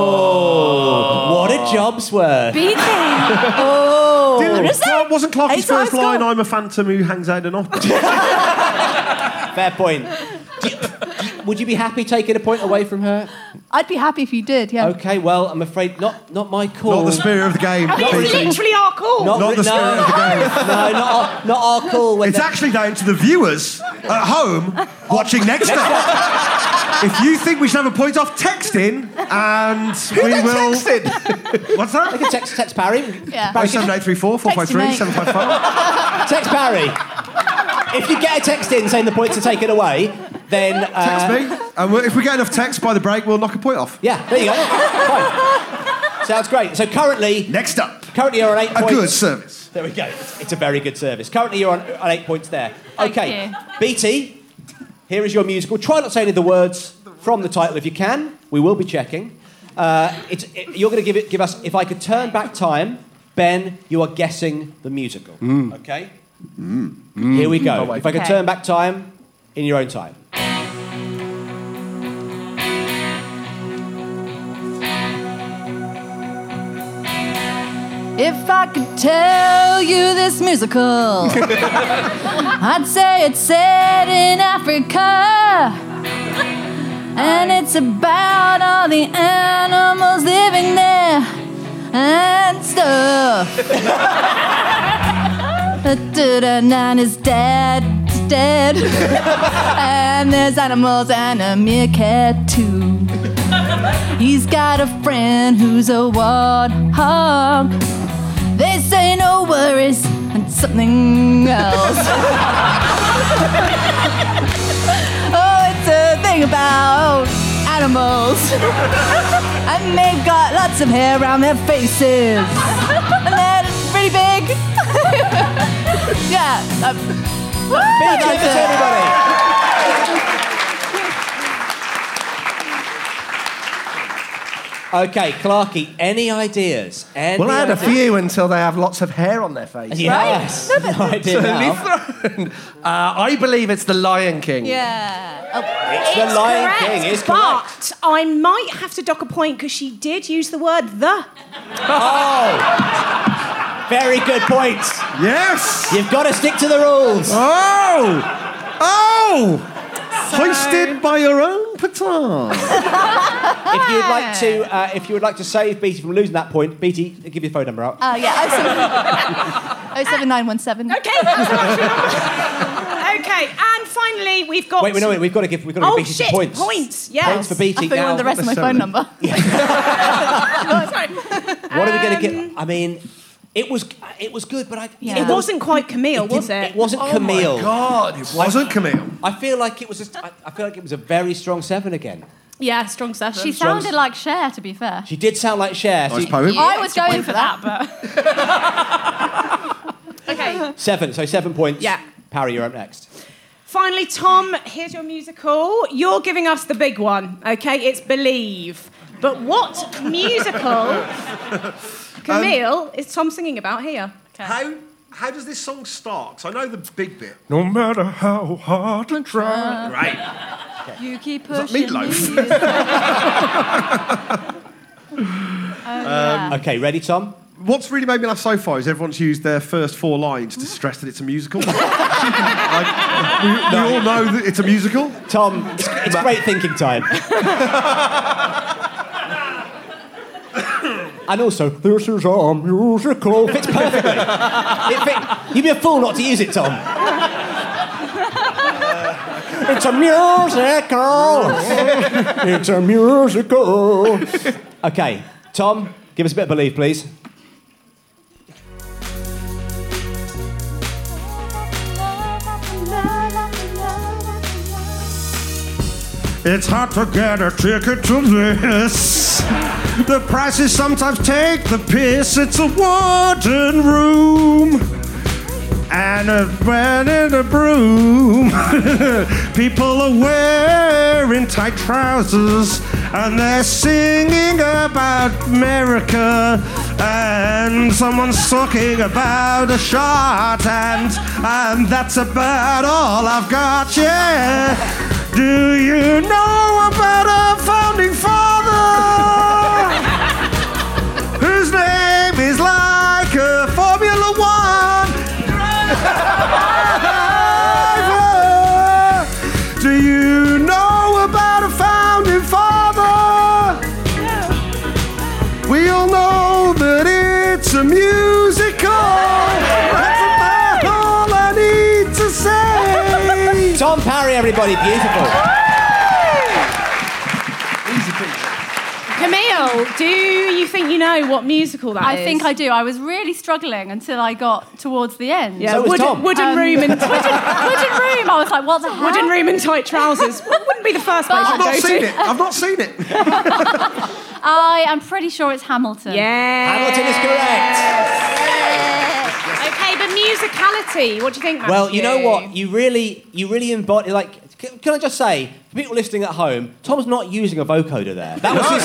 Speaker 3: Oh, what a job's worth.
Speaker 6: Beating.
Speaker 3: Oh.
Speaker 5: Didn't- Well, wasn't Clarky's
Speaker 3: Eight times
Speaker 5: first line,
Speaker 3: gone.
Speaker 5: I'm a phantom who hangs out an opera?
Speaker 3: Fair point. Do you- would you be happy taking a point away from her?
Speaker 6: I'd be happy if you did, yeah.
Speaker 3: Okay, well, I'm afraid not not my call.
Speaker 5: Not the spirit of the game.
Speaker 4: I mean, it's literally our call.
Speaker 3: Not,
Speaker 5: Not the
Speaker 3: Oh, no,
Speaker 5: spirit of the game.
Speaker 3: No, not our, not our call. When
Speaker 5: It's
Speaker 3: the-
Speaker 5: actually down to the viewers at home
Speaker 3: Oh.
Speaker 5: watching next time. if you think we should have a point off, text in and we will. What's that?
Speaker 3: They can text, text Barry.
Speaker 6: Yeah.
Speaker 3: Barry can-
Speaker 5: 07834 453
Speaker 6: Text him,
Speaker 5: 755.
Speaker 3: text Barry. If you get a text in saying the points are taken away, then uh,
Speaker 5: Text me. And we'll- if we get enough texts by the break, we'll knock a point off.
Speaker 3: yeah, there you go. Fine. Sounds great. So currently,
Speaker 5: Next up,
Speaker 3: currently you're on eight
Speaker 5: a
Speaker 3: points.
Speaker 5: good service.
Speaker 3: There we go. It's a very good service. Currently, you're on, on eight points there.
Speaker 6: Thank
Speaker 3: okay,
Speaker 6: you.
Speaker 3: BT, here is your musical. Try not to say any of the words from the title if you can. We will be checking. Uh, it's, it- you're going to give it, give us. If I could turn back time, Ben, you are guessing the musical. Okay. Here we go.
Speaker 2: Mm.
Speaker 3: if I could
Speaker 6: Okay.
Speaker 3: turn back time, in your own time.
Speaker 6: If I could tell you this musical, I'd say it's set in Africa. And it's about all the animals living there and stuff. Dudanan is dead, dead. and there's animals and a meerkat too. He's got a friend who's a warthog. They say no worries and something else. oh, it's a thing about animals. and they've got lots of hair around their faces. And they're pretty big. yeah. um,
Speaker 3: BT,
Speaker 6: that's
Speaker 3: that's
Speaker 6: it.
Speaker 3: everybody. Okay, Clarky, any ideas? Any
Speaker 2: Well, I had a
Speaker 3: ideas?
Speaker 2: few until they have lots of hair on their face.
Speaker 3: Yes. No idea
Speaker 2: Certainly
Speaker 3: now.
Speaker 2: thrown. Uh, I believe it's the Lion King.
Speaker 6: Yeah. Oh,
Speaker 3: It's the Lion King. It's
Speaker 4: but
Speaker 3: correct.
Speaker 4: I might have to dock a point because she did use the word the.
Speaker 3: Oh, very good points.
Speaker 5: Yes!
Speaker 3: You've got to stick to the rules.
Speaker 5: Oh! Oh! Hoisted by your own petard.
Speaker 3: If you'd like to, uh, if you would like to save Beatty from losing that point, Beatty, give your phone number out.
Speaker 6: uh, yeah. 07- 07917.
Speaker 4: Okay, that's the right number. Okay, and finally, we've got.
Speaker 3: Wait, wait, no, wait. We've got to give, we've got to give
Speaker 4: Oh
Speaker 3: Beatty some
Speaker 4: shit!
Speaker 3: points.
Speaker 4: Points, yes.
Speaker 3: Points for Beatty.
Speaker 6: I thought you
Speaker 3: now.
Speaker 6: wanted the rest of my phone number.
Speaker 3: What are we going to
Speaker 7: Um,
Speaker 3: get? I mean, it was it was good, but I
Speaker 6: Yeah.
Speaker 4: It wasn't quite Camille,
Speaker 3: it
Speaker 4: was
Speaker 3: didn't-
Speaker 4: it?
Speaker 3: It wasn't Camille.
Speaker 5: Oh God, it wasn't Camille.
Speaker 3: I feel like it was. Just, I, I feel like it was a very strong seven again.
Speaker 4: Yeah, strong session.
Speaker 7: She sounded like Cher, to be fair.
Speaker 3: She did sound like Cher. so
Speaker 5: Nice
Speaker 3: you-
Speaker 5: poem.
Speaker 7: I was going for that, but
Speaker 4: okay.
Speaker 3: seven. So seven points.
Speaker 4: Yeah.
Speaker 3: Parry, you're up next.
Speaker 4: Finally, Tom, here's your musical. You're giving us the big one, okay? It's Believe. But what musical Camille is Tom singing about here.
Speaker 1: How how does this song start? 'Cause I know the big bit.
Speaker 5: No matter how hard I try.
Speaker 1: Right.
Speaker 6: You keep
Speaker 1: Is that
Speaker 6: pushing
Speaker 1: meatloaf?
Speaker 6: me. Oh,
Speaker 1: Um, okay, ready, Tom? What's really made me laugh so far is everyone's used their first four lines to stress that it's a musical. like, we, we all know that it's a musical.
Speaker 3: Tom, it's, it's great thinking time. And also, this is our musical. Fits perfectly. It fit- You'd be a fool not to use it, Tom. it's a musical. it's a musical. Okay, Tom, give us a bit of belief, please.
Speaker 5: It's hard to get a ticket to this. The prices sometimes take the piss. It's a warden room. And a man in a broom. People are wearing tight trousers. And they're singing about America. And someone's talking about a shot. And, and that's about all I've got, yeah. Do you know about a founding father whose name is like a Formula One driver? Do you know about a founding father? We all know that it's a musical. That's about all I need to say.
Speaker 3: Tom Parry, everybody, beautiful.
Speaker 4: Camille, do you think you know what musical that
Speaker 6: I
Speaker 4: is?
Speaker 6: think I do. I was really struggling until I got towards the end.
Speaker 4: Yeah, So was wooden- Tom. wooden room and-
Speaker 6: wooden, wooden room. I was like, what the hell?
Speaker 4: Wooden room and tight trousers. Wouldn't be the first place
Speaker 6: But-
Speaker 4: I'd
Speaker 6: I've not
Speaker 4: go
Speaker 6: seen
Speaker 4: to.
Speaker 6: it.
Speaker 1: I've not seen it.
Speaker 6: I am pretty sure it's Hamilton.
Speaker 4: Yeah. Hamilton is Okay, but musicality. What do you think?
Speaker 3: Well, you know
Speaker 4: Matthew?
Speaker 3: what? You really, you really embody. Like, can, can I just say, for people listening at home, Tom's not using a vocoder there. That was his.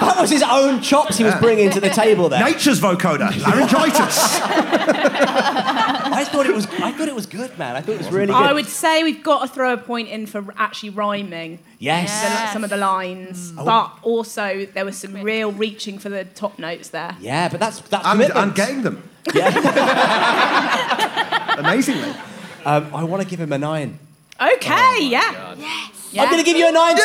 Speaker 3: that was his own chops he was bringing to the table there.
Speaker 1: Nature's vocoder, laryngitis.
Speaker 3: I thought it was. I thought it was good, man. I thought it was really good.
Speaker 4: I would say we've got to throw a point in for actually rhyming.
Speaker 3: Yes.
Speaker 4: the- Some of the lines,
Speaker 3: Oh.
Speaker 4: but also there was some real reaching for the top notes there.
Speaker 3: Yeah, but that's that's
Speaker 1: I'm,
Speaker 3: commitment.
Speaker 1: I'm getting them.
Speaker 3: Amazingly. Um, I want to give him a nine.
Speaker 4: Okay, yeah.
Speaker 3: Oh I'm going to give you a nine,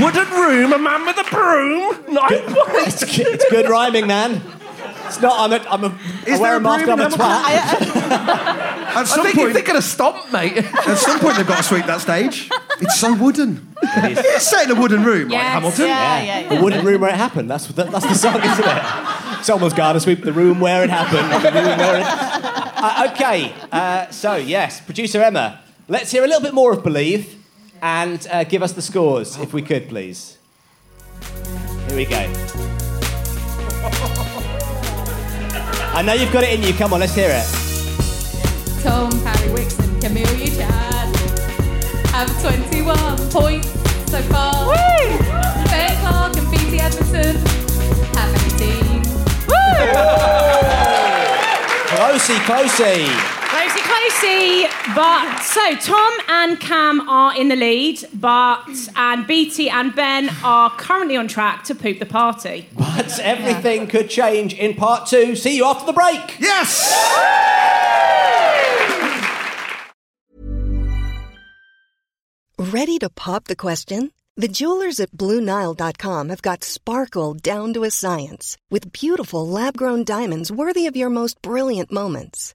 Speaker 5: Wooden room, a man with a broom. No,
Speaker 3: it's, good, it's good rhyming, man. It's not. I'm a. I'm a. I
Speaker 1: Is
Speaker 3: wear
Speaker 1: there
Speaker 3: a mask.
Speaker 1: broom
Speaker 3: and I'm a
Speaker 1: in
Speaker 3: twat.
Speaker 1: Hamilton? At some
Speaker 3: I think-
Speaker 1: point,
Speaker 3: they're
Speaker 1: going to stomp, mate. At some point, they've got to sweep that stage. It's so wooden. it's set in a wooden room, right,
Speaker 3: Yes,
Speaker 1: Hamilton?
Speaker 3: yeah, yeah, yeah. A wooden room where it happened. That's that, that's the song, isn't it? Someone's got to sweep the room where it happened. the room where it- Uh, okay, uh, so yes, producer Emma, let's hear a little bit more of Believe, and uh, give us the scores if we could, please. Here we go. I know you've got it in you. Come on, let's hear it.
Speaker 7: Tom, Harry Wixon, Camille, you Chad. Have 21 points so far. Woo! Fair Clark and Phoebe Edmondson have 18.
Speaker 3: Closey, closey.
Speaker 4: Closey, closey. But so Tom and Cam are in the lead, but and Beatty and Ben are currently on track to poop the party.
Speaker 3: But everything could change in part two. See you after the break.
Speaker 1: Yes.
Speaker 10: Ready to pop the question? The jewelers at BlueNile.com have got sparkle down to a science with beautiful lab grown diamonds worthy of your most brilliant moments.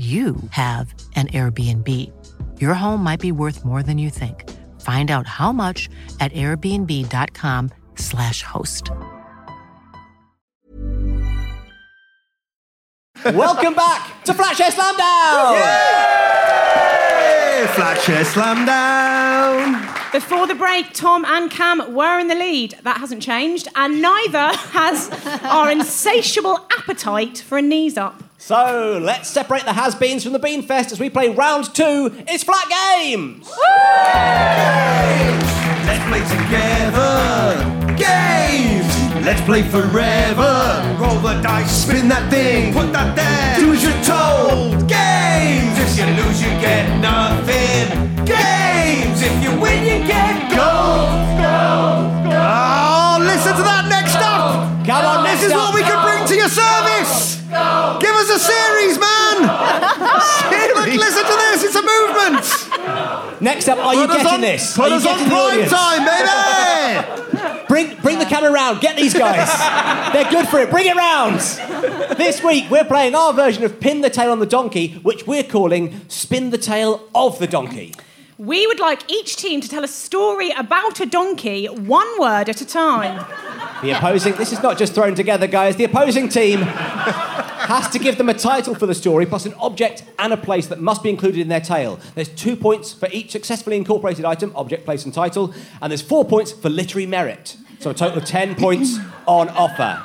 Speaker 11: you have an Airbnb. Your home might be worth more than you think. Find out how much at airbnb.com/slash host.
Speaker 3: Welcome back to Flash Air Slam Down!
Speaker 5: Hey, Fletcher, slam down.
Speaker 4: Before the break, Tom and Cam were in the lead. That hasn't changed, and neither has our insatiable appetite for a knees up.
Speaker 3: So let's separate the has beens from the bean fest as we play round two. It's flat games!
Speaker 5: Let's play together. Games. Let's play forever. Roll the dice, spin that thing, put that there. Do as you're told. Games. If you lose, you get nothing. Games. If you win, you get gold. Gold. Oh, listen to that next up.
Speaker 3: Come on,
Speaker 5: This
Speaker 3: next
Speaker 5: is
Speaker 3: up.
Speaker 5: what we could bring to your service. Give us a series, man. Look, listen to this. It's a movement.
Speaker 3: Next up, are you
Speaker 5: Put us
Speaker 3: getting
Speaker 5: on-
Speaker 3: this?
Speaker 5: put
Speaker 3: Are you
Speaker 5: us on
Speaker 3: getting the
Speaker 5: prime
Speaker 3: audience?
Speaker 5: time,
Speaker 3: bring, bring the camera round. Get these guys. They're good for it. Bring it round. This week, we're playing our version of Pin the Tail on the Donkey, which we're calling Spin the Tail of the Donkey.
Speaker 4: We would like each team to tell a story about a donkey, one word at a time.
Speaker 3: The opposing, this is not just thrown together, guys. The opposing team has to give them a title for the story, plus an object and a place that must be included in their tale. There's two points for each successfully incorporated item, object, place, and title, and there's four points for literary merit. So a total of 10 points on offer.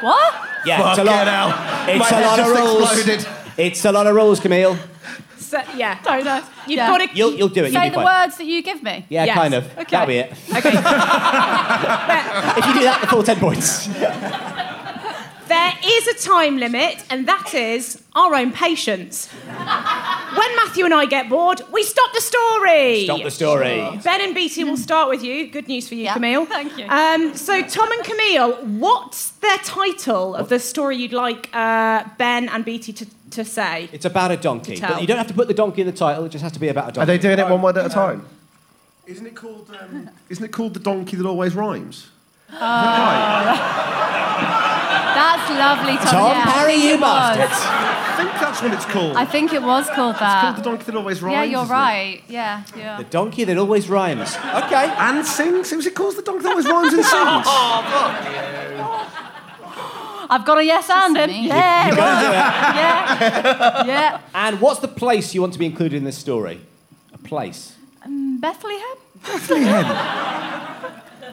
Speaker 7: What?
Speaker 3: Yeah, it's a
Speaker 7: Fucking
Speaker 3: lot.
Speaker 7: hell.
Speaker 3: It's
Speaker 7: My
Speaker 3: a
Speaker 7: head
Speaker 3: lot of
Speaker 7: just
Speaker 3: rules.
Speaker 7: exploded.
Speaker 3: It's a lot of rules, Camille.
Speaker 4: So, yeah.
Speaker 7: Don't know.
Speaker 4: You've gotta-
Speaker 3: You'll- you'll do it, you'll
Speaker 7: Say
Speaker 3: be
Speaker 7: the
Speaker 3: fine.
Speaker 7: words that you give me.
Speaker 3: Yeah, kind of. That'll be it.
Speaker 4: Okay.
Speaker 3: if you do that, the full 10 points.
Speaker 4: There is a time limit, and that is our own patience. When Matthew and I get bored, we stop the story.
Speaker 3: Stop the story.
Speaker 4: Ben and BT will start with you. Good news for you, Camille.
Speaker 7: thank you.
Speaker 4: Um, so, Tom and Camille, what's their title of the story you'd like uh, Ben and BT to, to say?
Speaker 3: It's about a donkey.
Speaker 4: To tell.
Speaker 3: But you don't have to put the donkey in the title, it just has to be about a donkey.
Speaker 2: Are they doing it one word at a time?
Speaker 5: Isn't it called? Um, isn't it called the donkey that always rhymes?
Speaker 7: Uh, That's lovely, Tom.
Speaker 5: Tom
Speaker 7: yeah, I
Speaker 5: Parry,
Speaker 7: think
Speaker 5: you
Speaker 7: it was.
Speaker 5: bastards. I think that's what it's called.
Speaker 7: I think it was called that.
Speaker 5: the donkey that always
Speaker 7: yeah,
Speaker 5: rhymes,
Speaker 7: you're
Speaker 5: isn't it?
Speaker 7: right. Yeah, yeah.
Speaker 3: The donkey that always rhymes. Okay.
Speaker 5: And sings. It was it called the donkey that always rhymes and sings.
Speaker 7: I've got a yes and him. Yeah,
Speaker 3: You
Speaker 7: it
Speaker 3: gotta do it.
Speaker 7: was. yeah, yeah.
Speaker 3: And what's the place you want to be included in this story? A place.
Speaker 7: Um, Bethlehem.
Speaker 5: Bethlehem.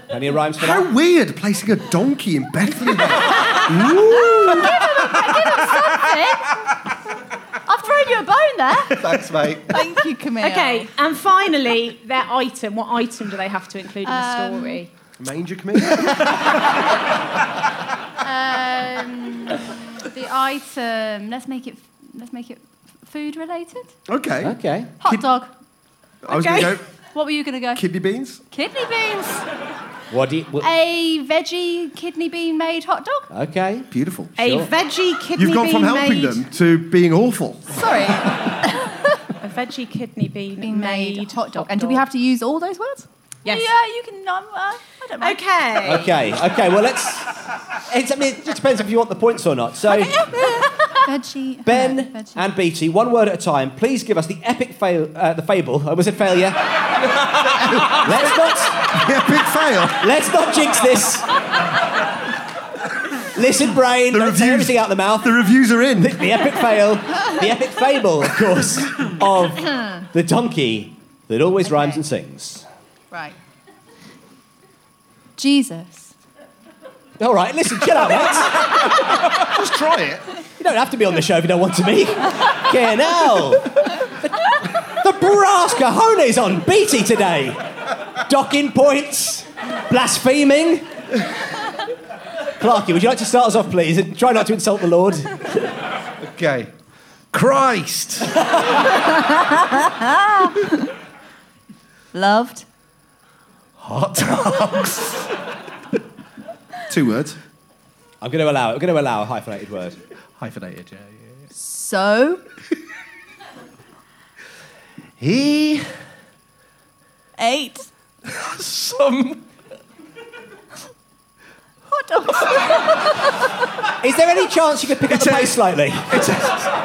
Speaker 3: Any rhymes for that?
Speaker 5: How weird placing a donkey in Bethlehem.
Speaker 7: I've thrown you a bone there.
Speaker 2: Thanks, mate.
Speaker 7: Thank you, Camille.
Speaker 4: Okay, and finally, their item. What item do they have to include in the
Speaker 7: Um,
Speaker 4: story?
Speaker 5: Manger committee.
Speaker 7: Um, the item. Let's make it. Let's make it food related.
Speaker 5: Okay.
Speaker 3: Okay.
Speaker 7: Hot dog.
Speaker 5: I was going to
Speaker 7: What were you gonna go?
Speaker 5: go kidney beans.
Speaker 7: Kidney beans.
Speaker 3: What do you. what-
Speaker 7: A veggie kidney bean made hot dog.
Speaker 3: okay.
Speaker 5: Beautiful.
Speaker 4: A veggie kidney
Speaker 5: You've gone
Speaker 4: bean
Speaker 5: from helping
Speaker 4: made,
Speaker 5: them to being awful.
Speaker 7: Sorry.
Speaker 4: A veggie kidney bean
Speaker 7: Bean made,
Speaker 4: made
Speaker 7: hot dog. And do we have to use all those words?
Speaker 4: Yes.
Speaker 7: Yeah, you can. Um, uh, I don't mind.
Speaker 4: Okay.
Speaker 3: Okay, okay, well, let's. It's, I mean, it just depends if you want the points or not. So,
Speaker 7: veggie.
Speaker 3: Ben and BT, one word at a time, please give us the epic fail, uh, the fable. I almost said failure. let's not.
Speaker 5: Epic fail.
Speaker 3: Let's not jinx this. Listen, brain. The reviews, everything out the mouth. The
Speaker 5: reviews are in.
Speaker 3: The, the epic fail. The epic fable, of course, of the donkey that always rhymes and sings.
Speaker 7: Right. Jesus.
Speaker 3: All right, listen, chill out, mate.
Speaker 5: Just try it.
Speaker 3: You don't have to be on the show if you don't want to be. Fucking hell. The, the brass cojones on BT today. Docking points, blaspheming. Clarky, would you like to start us off, please, and try not to insult the Lord?
Speaker 2: Okay.
Speaker 5: Christ!
Speaker 6: Loved.
Speaker 5: Hot dogs. Two words.
Speaker 3: I'm going to allow it. I'm going to allow a hyphenated word.
Speaker 5: Hyphenated, yeah.
Speaker 6: So
Speaker 5: He
Speaker 6: ate
Speaker 5: some.
Speaker 6: hot dogs.
Speaker 3: Is there any chance you could pick up the pace slightly?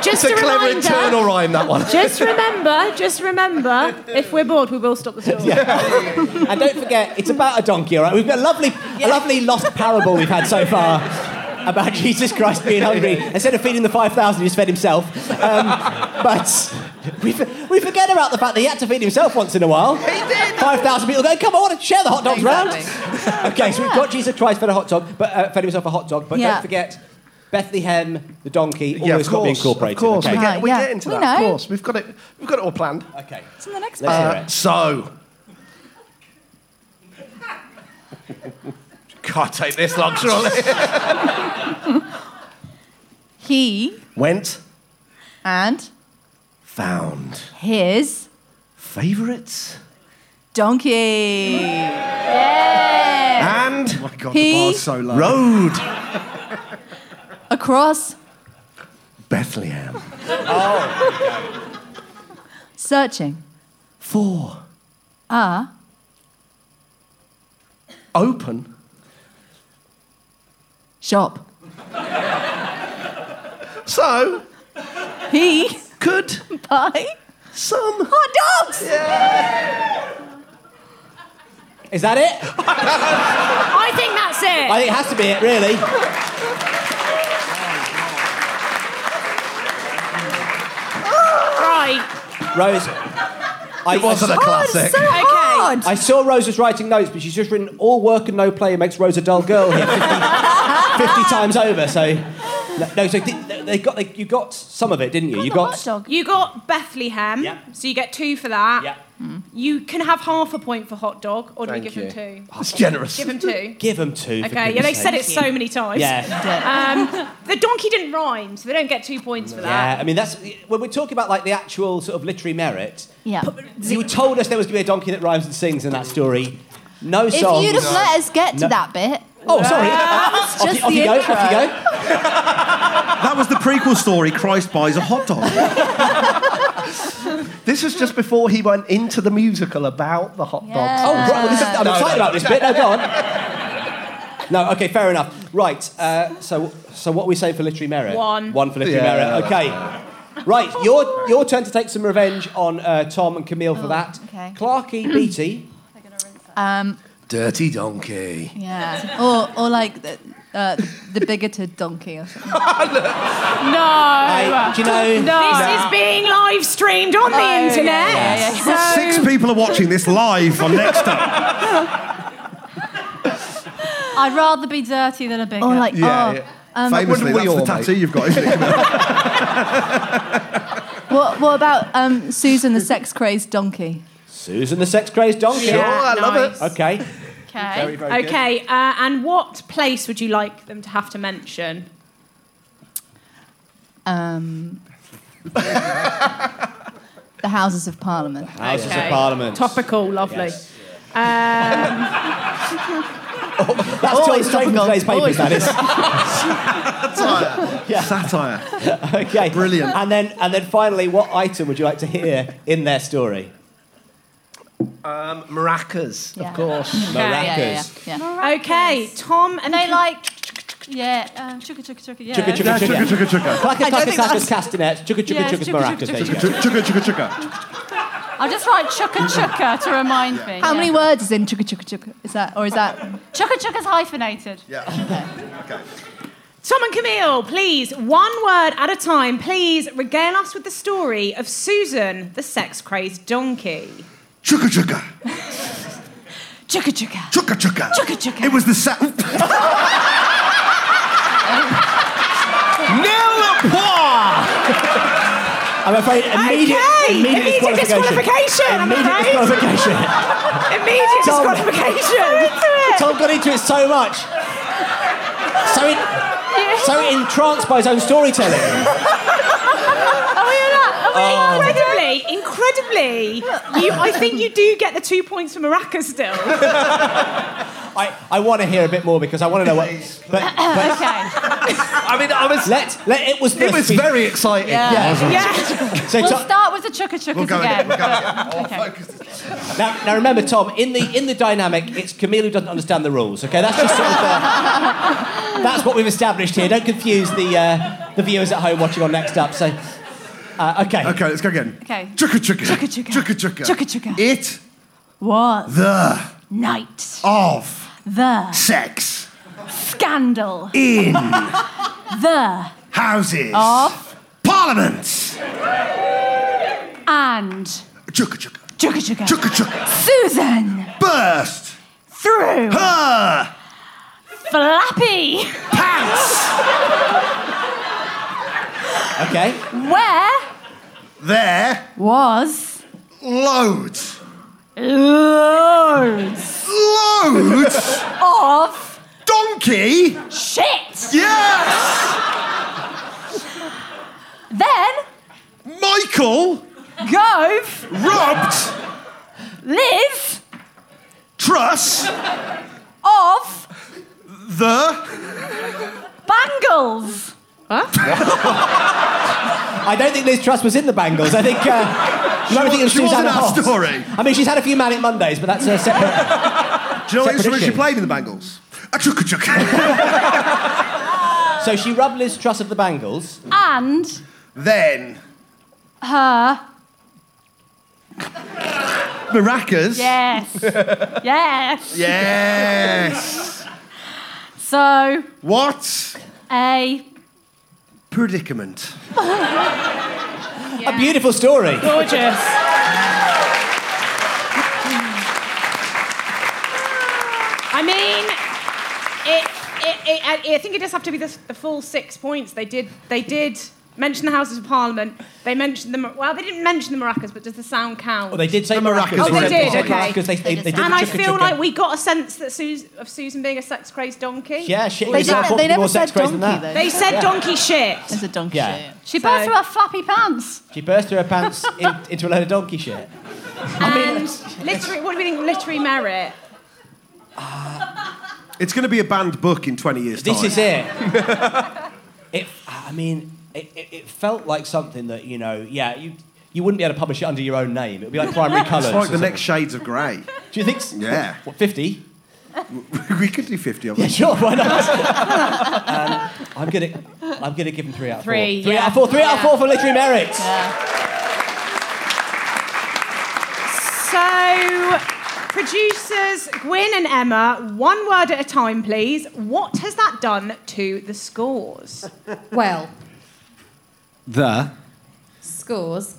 Speaker 4: Just a reminder-
Speaker 5: rhyme, that one.
Speaker 4: Just remember, just remember, if we're bored, we will stop the story.
Speaker 3: and don't forget, it's about a donkey, all right? We've got a lovely, a lovely lost parable we've had so far about Jesus Christ being hungry. Instead of feeding the 5,000, he just fed himself. Um, but we, f- we forget about the fact that he had to feed himself once in a while. He did! 5,000 people go, come on, I want to share the hot dogs round. Okay, so we've got Jesus Christ fed a hot dog, but uh, fed himself a hot dog, but
Speaker 6: Yeah.
Speaker 3: don't forget Bethlehem, the donkey, all
Speaker 5: Yeah,
Speaker 3: those
Speaker 5: of
Speaker 3: got to be
Speaker 5: course, of
Speaker 3: incorporated.
Speaker 5: course,
Speaker 3: okay?
Speaker 5: we get- we
Speaker 6: yeah.
Speaker 5: get into
Speaker 6: We
Speaker 5: that.
Speaker 6: know.
Speaker 5: Of course, we've got it. We've got it all planned.
Speaker 3: Okay.
Speaker 6: It's in the next
Speaker 5: Uh,
Speaker 6: one.
Speaker 5: so. Can't take this long, surely.
Speaker 6: He
Speaker 5: Went,
Speaker 6: and
Speaker 5: found.
Speaker 6: his
Speaker 5: Favourites?
Speaker 6: donkey.
Speaker 5: And. Oh my god,
Speaker 6: He-
Speaker 5: the bar's so low. Road,
Speaker 6: Across
Speaker 5: Bethlehem.
Speaker 3: Oh.
Speaker 6: searching
Speaker 5: For.
Speaker 6: a
Speaker 5: Open.
Speaker 6: shop.
Speaker 5: So.
Speaker 6: He
Speaker 5: Could.
Speaker 6: buy
Speaker 5: Some.
Speaker 6: hot dogs.
Speaker 3: Is that it?
Speaker 4: I think that's it.
Speaker 3: I think it has to be it, really.
Speaker 4: right.
Speaker 3: Rose. I,
Speaker 5: It wasn't a classic.
Speaker 4: Okay.
Speaker 3: I saw Rose was writing notes, but she's just written all work and no play makes Rose a dull girl here 50, 50 times over. So, no, so th- they got, they, you got some of it, didn't you? You got.
Speaker 4: You got Bethlehem,
Speaker 3: Yeah.
Speaker 4: so you get two for that.
Speaker 3: Yeah.
Speaker 4: You can have half a point for hot dog, or do
Speaker 5: Thank
Speaker 4: we give
Speaker 5: you.
Speaker 4: them two?
Speaker 5: That's generous.
Speaker 4: Give them two.
Speaker 3: Give them two. for
Speaker 4: Okay, yeah, they
Speaker 3: goodness
Speaker 4: said it
Speaker 3: sake.
Speaker 4: so many times.
Speaker 3: Yeah.
Speaker 4: Um, the donkey didn't rhyme, so they don't get two points for
Speaker 3: Yeah,
Speaker 4: that.
Speaker 3: I mean, that's. When we're talking about like the actual sort of literary merit,
Speaker 6: Yeah.
Speaker 3: you told us there was going to be a donkey that rhymes and sings in that story. No
Speaker 6: If
Speaker 3: songs.
Speaker 6: you'd have let us get to
Speaker 3: No.
Speaker 6: that bit,
Speaker 3: Oh, sorry.
Speaker 6: That was
Speaker 3: off,
Speaker 6: just
Speaker 3: you, off
Speaker 6: the
Speaker 3: you go.
Speaker 6: intro.
Speaker 3: Off you go.
Speaker 5: That was the prequel story Christ buys a hot dog.
Speaker 2: This was just before he went into the musical about the hot
Speaker 6: Yeah.
Speaker 3: Oh, right, well, this is, I'm
Speaker 6: Uh,
Speaker 3: excited about this bit. No, go on. No, okay, fair enough. Right, uh, so so what are we saying for literary merit?
Speaker 4: One.
Speaker 3: One for literary
Speaker 2: Yeah.
Speaker 3: merit. Okay. Right, your your turn to take some revenge on uh, Tom and Camille for that.
Speaker 6: Oh, okay.
Speaker 3: Clarky Beatty.
Speaker 6: dogs. Um,
Speaker 5: Dirty donkey.
Speaker 6: yeah, or or like the, uh, the bigoted donkey or something.
Speaker 4: No.
Speaker 3: I- do you know?
Speaker 4: Oh, This
Speaker 3: No.
Speaker 4: is being live streamed on the
Speaker 6: yeah,
Speaker 4: internet.
Speaker 6: yeah, yeah, yeah.
Speaker 4: So
Speaker 5: Six people are watching this live on Next Up.
Speaker 4: I'd rather be dirty than a big.
Speaker 6: Or like oh, Um,
Speaker 5: Famously,
Speaker 2: wouldn't we
Speaker 5: that's the
Speaker 2: all,
Speaker 5: tattoo you've got, isn't it?
Speaker 6: what what about um, Susan the sex crazed donkey?
Speaker 3: Susan the sex crazed donkey.
Speaker 4: I love it.
Speaker 3: Okay.
Speaker 4: Okay.
Speaker 3: Very, very good.
Speaker 4: okay. Uh, and what place would you like them to have to mention?
Speaker 6: Um, the Houses of Parliament.
Speaker 3: Houses
Speaker 4: Okay.
Speaker 3: of Parliament.
Speaker 4: Topical, lovely.
Speaker 3: Yes.
Speaker 4: Um,
Speaker 3: That's John straight from today's papers, that is.
Speaker 5: Satire. Satire.
Speaker 3: Okay.
Speaker 5: Brilliant.
Speaker 3: And then and then finally, what item would you like to hear in their story?
Speaker 2: Um, maracas,
Speaker 6: Yeah.
Speaker 2: of course.
Speaker 4: Okay.
Speaker 3: Maracas.
Speaker 6: Yeah, yeah, yeah. yeah.
Speaker 4: okay, Tom and
Speaker 7: They like, yeah, um, chugga chugga chugga, yeah.
Speaker 3: Chugga, chugga, chugga.
Speaker 5: Chugga, chugga, chugga.
Speaker 3: Clacka,
Speaker 6: I don't
Speaker 3: clacka,
Speaker 6: think that's-
Speaker 3: clacka's castanets. Chugga, chugga,
Speaker 7: Yeah,
Speaker 3: chugga's
Speaker 7: chugga,
Speaker 3: maracas.
Speaker 7: chugga,
Speaker 3: There you go.
Speaker 5: Chugga, chugga, chugga, chugga.
Speaker 7: I'll just write chugga chugga to remind me.
Speaker 6: How
Speaker 7: yeah.
Speaker 6: many words is in chugga chugga chugga? Is that or is that
Speaker 7: Chugga chugga's hyphenated.
Speaker 4: Tom and Camille, please, one word at a time. Please regale us with the story of Susan, the sex-crazed donkey.
Speaker 5: Chugga, chugga.
Speaker 7: Chugga chugga.
Speaker 5: Chugga, chugga.
Speaker 7: Chugga, chugga.
Speaker 5: It was the sa- Nil point!
Speaker 3: I'm afraid immediate,
Speaker 4: Okay,
Speaker 3: immediate,
Speaker 4: immediate disqualification, I'm
Speaker 3: immediate
Speaker 4: afraid.
Speaker 3: disqualification.
Speaker 4: Immediate
Speaker 3: Tom.
Speaker 4: disqualification.
Speaker 3: Tom got into it so much. So, it, so entranced by his own storytelling.
Speaker 4: Oh, incredibly,
Speaker 3: Oh.
Speaker 4: incredibly, you, I think you do get the two points from Araka still.
Speaker 3: I, I want to hear a bit more because I want to know what. But, but
Speaker 4: okay.
Speaker 3: I mean, I was. Let, let, it was.
Speaker 2: It was very exciting.
Speaker 3: Yeah. So
Speaker 12: we'll
Speaker 3: Tom-
Speaker 12: start with the chukka chukkas
Speaker 3: We'll go
Speaker 12: again.
Speaker 3: again, we'll go now, now remember, Tom. In the in the dynamic, it's Camille who doesn't understand the rules. Okay, that's just sort of the, that's what we've established here. Don't confuse the uh, the viewers at home watching on Next Up. So, uh, okay.
Speaker 5: Okay, let's go again.
Speaker 12: Okay.
Speaker 5: Chukka chukka.
Speaker 12: Chukka
Speaker 5: chukka. Chukka
Speaker 12: chukka.
Speaker 5: It
Speaker 12: was
Speaker 5: the
Speaker 12: night
Speaker 5: of
Speaker 12: the
Speaker 5: sex
Speaker 12: scandal
Speaker 5: in
Speaker 12: the
Speaker 5: houses
Speaker 12: of
Speaker 5: parliament
Speaker 12: and
Speaker 5: chukka chukka
Speaker 12: chukka chukka
Speaker 5: chukka chukka
Speaker 12: Susan
Speaker 5: burst
Speaker 12: through
Speaker 5: her
Speaker 12: flappy pants.
Speaker 3: Okay.
Speaker 12: Where
Speaker 5: There
Speaker 12: was
Speaker 5: loads,
Speaker 12: loads,
Speaker 5: loads
Speaker 12: of
Speaker 5: donkey
Speaker 12: shit.
Speaker 5: Yes.
Speaker 12: Then
Speaker 5: Michael
Speaker 12: Gove
Speaker 5: robbed
Speaker 12: Liz
Speaker 5: Truss
Speaker 12: of
Speaker 5: the
Speaker 12: Bangles.
Speaker 3: I don't think Liz Truss was in the Bangles. I think. Uh, no, I think it was
Speaker 5: She wasn't
Speaker 3: Susanna
Speaker 5: our
Speaker 3: Hoffs.
Speaker 5: story.
Speaker 3: I mean, she's had a few Manic Mondays, but that's a separate.
Speaker 5: Do you know what
Speaker 3: Separate
Speaker 5: instrument she
Speaker 3: issue.
Speaker 5: played in the Bangles? A chukka chukka.
Speaker 3: So she rubbed Liz Truss of the Bangles.
Speaker 12: And
Speaker 5: Then
Speaker 12: her.
Speaker 5: maracas.
Speaker 12: Yes. yes.
Speaker 5: Yes.
Speaker 12: So,
Speaker 5: What
Speaker 12: a.
Speaker 5: predicament?
Speaker 3: A beautiful story.
Speaker 12: Gorgeous.
Speaker 4: I mean, it, it, it, I- I think it just have to be the, the full six points. They did, they did mention the Houses of Parliament. They mentioned the Mar- well, they didn't mention the maracas, but does the sound count?
Speaker 3: Well, they did say maracas.
Speaker 4: Oh, they did.
Speaker 3: said
Speaker 4: Okay.
Speaker 3: maracas. They, they, they did
Speaker 4: and
Speaker 3: the
Speaker 4: I
Speaker 3: chukka
Speaker 4: feel
Speaker 3: chukka.
Speaker 4: like we got a sense that Sus of Susan being a sex crazed donkey.
Speaker 3: Yeah, she- They she didn't- sounds they never more said sex-crazed than donkey, that. though.
Speaker 4: They said
Speaker 3: Yeah.
Speaker 4: donkey shit.
Speaker 6: It's a donkey
Speaker 3: Yeah. shit.
Speaker 12: She burst through her flappy pants.
Speaker 3: She burst through her pants in, into a load of donkey shit.
Speaker 4: And literary, what do we think? Literary merit.
Speaker 5: It's going to be a banned book in 20 years' time.
Speaker 3: This is it. it I mean, it, it, it felt like something that you know, yeah, you you wouldn't be able to publish it under your own name. It would be like primary colours.
Speaker 5: It's like the next Shades of Grey.
Speaker 3: Do you think? s-
Speaker 5: Yeah.
Speaker 3: What fifty?
Speaker 5: we could do 50 of them.
Speaker 3: Yeah, sure. Why not? um, I'm gonna I'm gonna give him three out of
Speaker 12: Three,
Speaker 3: four. Three
Speaker 12: yeah.
Speaker 3: out of four. Three out
Speaker 12: Yeah.
Speaker 3: of four for literary merit.
Speaker 4: So, producers Gwyn and Emma, one word at a time, please. What has that done to the scores?
Speaker 13: Well,
Speaker 14: The
Speaker 13: scores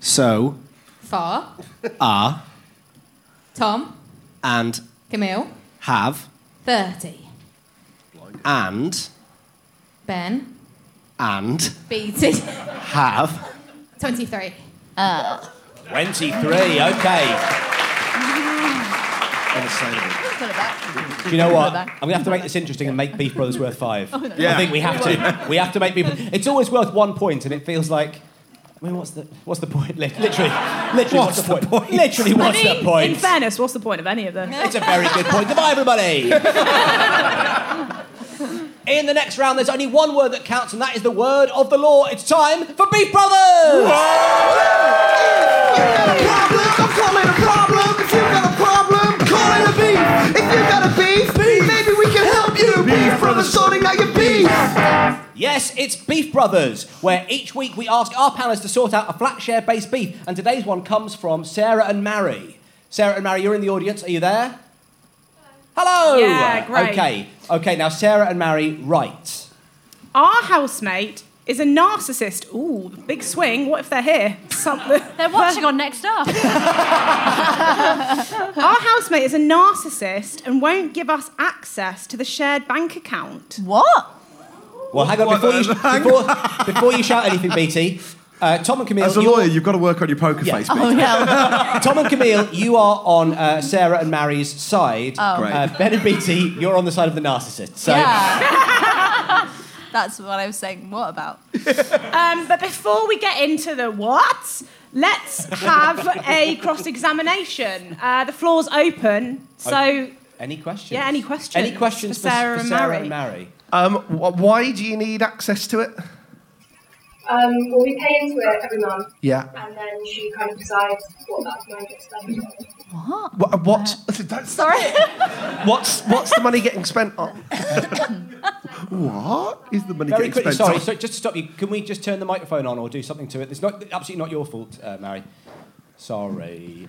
Speaker 14: so
Speaker 13: far.
Speaker 14: are
Speaker 13: Tom,
Speaker 14: and
Speaker 13: Camille,
Speaker 14: have
Speaker 13: 30.
Speaker 14: and
Speaker 13: Ben,
Speaker 14: and
Speaker 13: beated.
Speaker 14: have
Speaker 13: 23. Uh.
Speaker 3: Twenty three. Okay. Do you know what? I'm gonna have to make this interesting and make Beef Brothers worth five.
Speaker 13: Oh, no.
Speaker 3: I think we have to. We have to make people. It's always worth one point, and it feels like. I mean, what's the what's the point? Li- Literally, literally, what's, the, point? Literally, what's
Speaker 4: I
Speaker 3: the
Speaker 4: mean,
Speaker 3: point?
Speaker 4: In fairness, what's the point of any of this?
Speaker 3: It's a very good point. Goodbye, everybody. In the next round, there's only one word that counts, and that is the word of the law. It's time for Beef Brothers.
Speaker 8: I'm calling a problem. If you got a problem, call it a beef. If you got a beef, maybe we can help you. Beef from the sorting out your beef.
Speaker 3: Yes, it's Beef Brothers, where each week we ask our panelists to sort out a flat share based beef, and today's one comes from Sarah and Mary. Sarah and Mary, you're in the audience. Are you there? Hello.
Speaker 4: Yeah, great.
Speaker 3: Okay, okay. Now Sarah and Mary, right?
Speaker 4: Our housemate is a narcissist. Ooh, big swing. What if they're here? Something.
Speaker 12: They're watching on Next Up.
Speaker 4: Our housemate is a narcissist and won't give us access to the shared bank account.
Speaker 6: What?
Speaker 3: Well, hang on. Before you, before, before you shout anything, BT, uh, Tom and Camille.
Speaker 5: As a
Speaker 3: you're-
Speaker 5: lawyer, you've got to work on your poker face.
Speaker 3: Oh, no. Tom and Camille, you are on uh, Sarah and Mary's side.
Speaker 5: Oh. Great.
Speaker 3: Uh, ben and BT, you're on the side of the narcissist. So
Speaker 6: That's what I was saying. What about?
Speaker 4: Um, but before we get into the what, let's have a cross examination. Uh, the floor's open, so
Speaker 3: Any questions?
Speaker 4: yeah, any questions?
Speaker 3: Any questions for,
Speaker 4: Sarah,
Speaker 3: for
Speaker 4: and
Speaker 3: Sarah
Speaker 4: Mary?
Speaker 3: and Mary?
Speaker 2: Um, wh- why do you need access to it?
Speaker 15: Um, well, we pay into it every month.
Speaker 2: Yeah.
Speaker 15: And then she kind of decides what that money gets spent on.
Speaker 2: What? what
Speaker 6: Sorry.
Speaker 2: what's what's the money getting spent on? what is the money
Speaker 3: Very
Speaker 2: getting
Speaker 3: quickly,
Speaker 2: spent
Speaker 3: sorry,
Speaker 2: on?
Speaker 3: so just to stop you, can we just turn the microphone on or do something to it? It's not absolutely not your fault, uh, Mary. Sorry.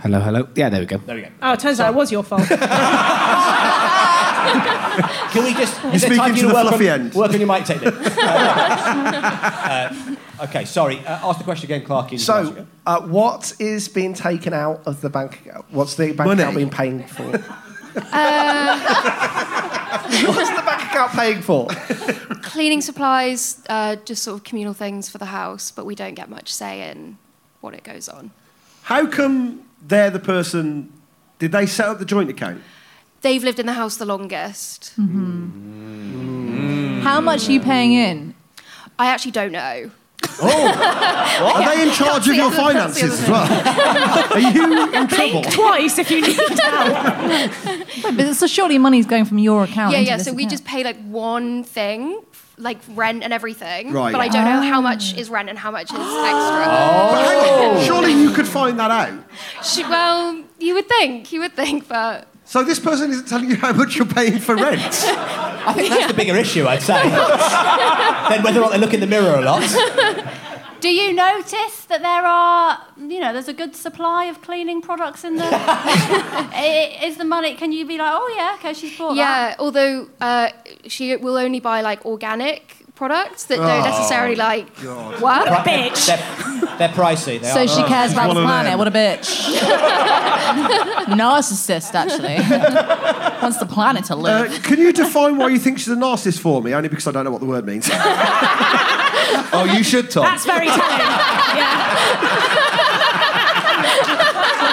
Speaker 16: Hello, hello. Yeah, there we go.
Speaker 3: There we go.
Speaker 4: Oh, it turns out it was your fault.
Speaker 3: Can we just?
Speaker 4: You're
Speaker 3: is it
Speaker 4: speaking
Speaker 3: time for
Speaker 4: to
Speaker 3: you
Speaker 4: the
Speaker 3: work
Speaker 4: fluffy
Speaker 3: on,
Speaker 4: end.
Speaker 3: Work on your mic technique. Uh, uh, okay, sorry. Uh, ask the question again, Clark.
Speaker 2: So, uh, what is being taken out of the bank account? What's the bank
Speaker 3: Money.
Speaker 2: account being paid for?
Speaker 17: Uh,
Speaker 2: What's the bank account paying for?
Speaker 17: cleaning supplies, uh, just sort of communal things for the house, but we don't get much say in what it goes on.
Speaker 1: How come they're the person? Did they set up the joint account?
Speaker 17: They've lived in the house the longest.
Speaker 6: Mm-hmm. How
Speaker 3: Hmm.
Speaker 6: much are you paying in?
Speaker 17: I actually don't know.
Speaker 1: Are they in charge of your finances as well? Are you in trouble?
Speaker 6: Think
Speaker 4: twice if you need
Speaker 6: help.
Speaker 17: Wait, but so surely money's going from your account.
Speaker 6: yeah,
Speaker 17: into
Speaker 6: yeah.
Speaker 17: this
Speaker 6: So we
Speaker 17: account.
Speaker 6: just pay like one thing, like rent and everything.
Speaker 1: Right.
Speaker 6: But I don't know how much is rent and how much is extra.
Speaker 1: But hang
Speaker 3: Oh.
Speaker 1: on, surely you could find that out.
Speaker 17: She, well, you would think, you would think, but
Speaker 1: So this person isn't telling you how much you're paying for rent.
Speaker 3: I think that's the bigger issue, I'd say, than whether or not they look in the mirror a lot.
Speaker 7: Do you notice that there are, you know, there's a good supply of cleaning products in the. I- Is the money? Can you be like, oh yeah, okay, she's bought
Speaker 17: yeah.
Speaker 7: that.
Speaker 17: Although uh, she will only buy like organic products that
Speaker 3: Oh,
Speaker 17: don't necessarily like
Speaker 3: God.
Speaker 17: what
Speaker 3: Pri- They're, they're pricey. They
Speaker 6: So
Speaker 3: are.
Speaker 6: she cares about the planet. What a bitch.
Speaker 1: Narcissist,
Speaker 6: actually.
Speaker 1: Wants the planet to
Speaker 6: live.
Speaker 1: Uh, can you define why you think she's a narcissist for me? Only because I don't know what the word means. oh, you should, Tom.
Speaker 4: That's very telling. yeah.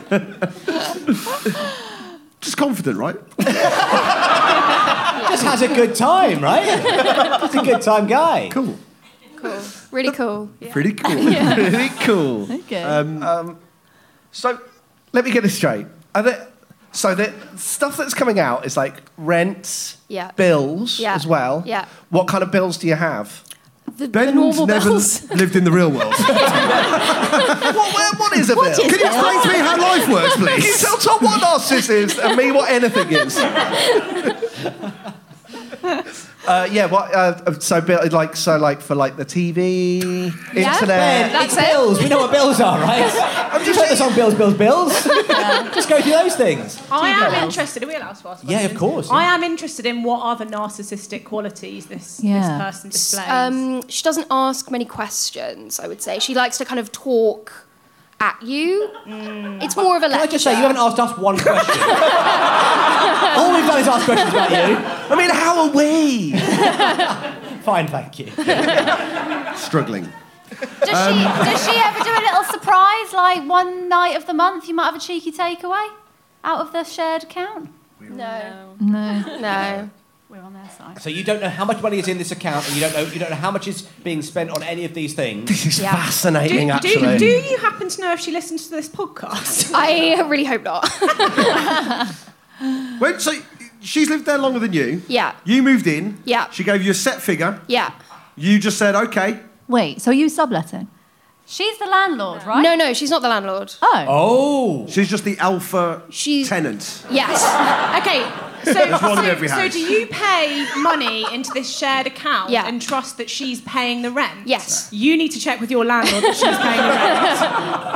Speaker 1: Just confident, right?
Speaker 3: Just has a good time, right? Just a good time guy.
Speaker 1: Cool.
Speaker 17: cool. Really cool. Yeah.
Speaker 1: Pretty cool.
Speaker 17: Yeah.
Speaker 1: Pretty cool.
Speaker 17: Okay.
Speaker 2: Um, um, so, let me get this straight. Are there, so the stuff that's coming out is like rent,
Speaker 17: Yeah.
Speaker 2: bills
Speaker 17: Yeah.
Speaker 2: as well.
Speaker 17: Yeah.
Speaker 2: What kind of bills do you have?
Speaker 17: The, the normal bills.
Speaker 1: lived in the real world.
Speaker 2: What is a
Speaker 1: What
Speaker 2: bill?
Speaker 1: is Can you a explain bill? to me how life works, please?
Speaker 2: Can you tell Tom what narcissist is and me what anything is? Uh, yeah, what? Uh, so, bill, like, so, like for like the TV,
Speaker 3: Yeah.
Speaker 2: internet.
Speaker 3: Ben, That's it's it. bills. We know what bills are, right?
Speaker 2: I'm
Speaker 3: just put this on bills, bills, bills. Just go through those things.
Speaker 4: I am interested. Are we allowed to ask?
Speaker 3: Yeah, of course.
Speaker 4: I am interested in what other narcissistic qualities this, this person displays.
Speaker 17: Um, she doesn't ask many questions. I would say she likes to kind of talk at you. It's more of a
Speaker 3: Can
Speaker 17: lecture.
Speaker 3: I just say, you haven't asked us one question. All we've done is ask questions about you. I mean, how are we? Fine, thank you.
Speaker 1: Struggling.
Speaker 7: Does
Speaker 3: Um,
Speaker 7: she? Does she ever do a little surprise, like one night of the month? You might have a cheeky takeaway out of the shared account.
Speaker 17: No. No. No.
Speaker 7: We're on their side.
Speaker 3: So you don't know how much money is in this account, and you don't know you don't know how much is being spent on any of these things. This
Speaker 2: is fascinating,
Speaker 4: do,
Speaker 3: actually.
Speaker 4: Do, do you happen to know if she listens to this podcast?
Speaker 17: I really hope not.
Speaker 1: Wait, so she's lived there longer than you.
Speaker 17: Yeah.
Speaker 1: You moved in.
Speaker 17: Yeah.
Speaker 1: She gave you a set figure.
Speaker 17: Yeah.
Speaker 1: You just said, okay.
Speaker 6: Wait, so are you subletting?
Speaker 7: She's the landlord, right?
Speaker 17: No, no, she's not the landlord.
Speaker 1: Oh. She's just the alpha tenant.
Speaker 17: Yes.
Speaker 4: okay. So,
Speaker 1: There's one in
Speaker 4: so-
Speaker 1: every
Speaker 4: so
Speaker 1: house.
Speaker 4: do you pay money into this shared account
Speaker 17: Yeah.
Speaker 4: and trust that she's paying the rent?
Speaker 17: Yes.
Speaker 4: You need to check with your landlord that she's paying the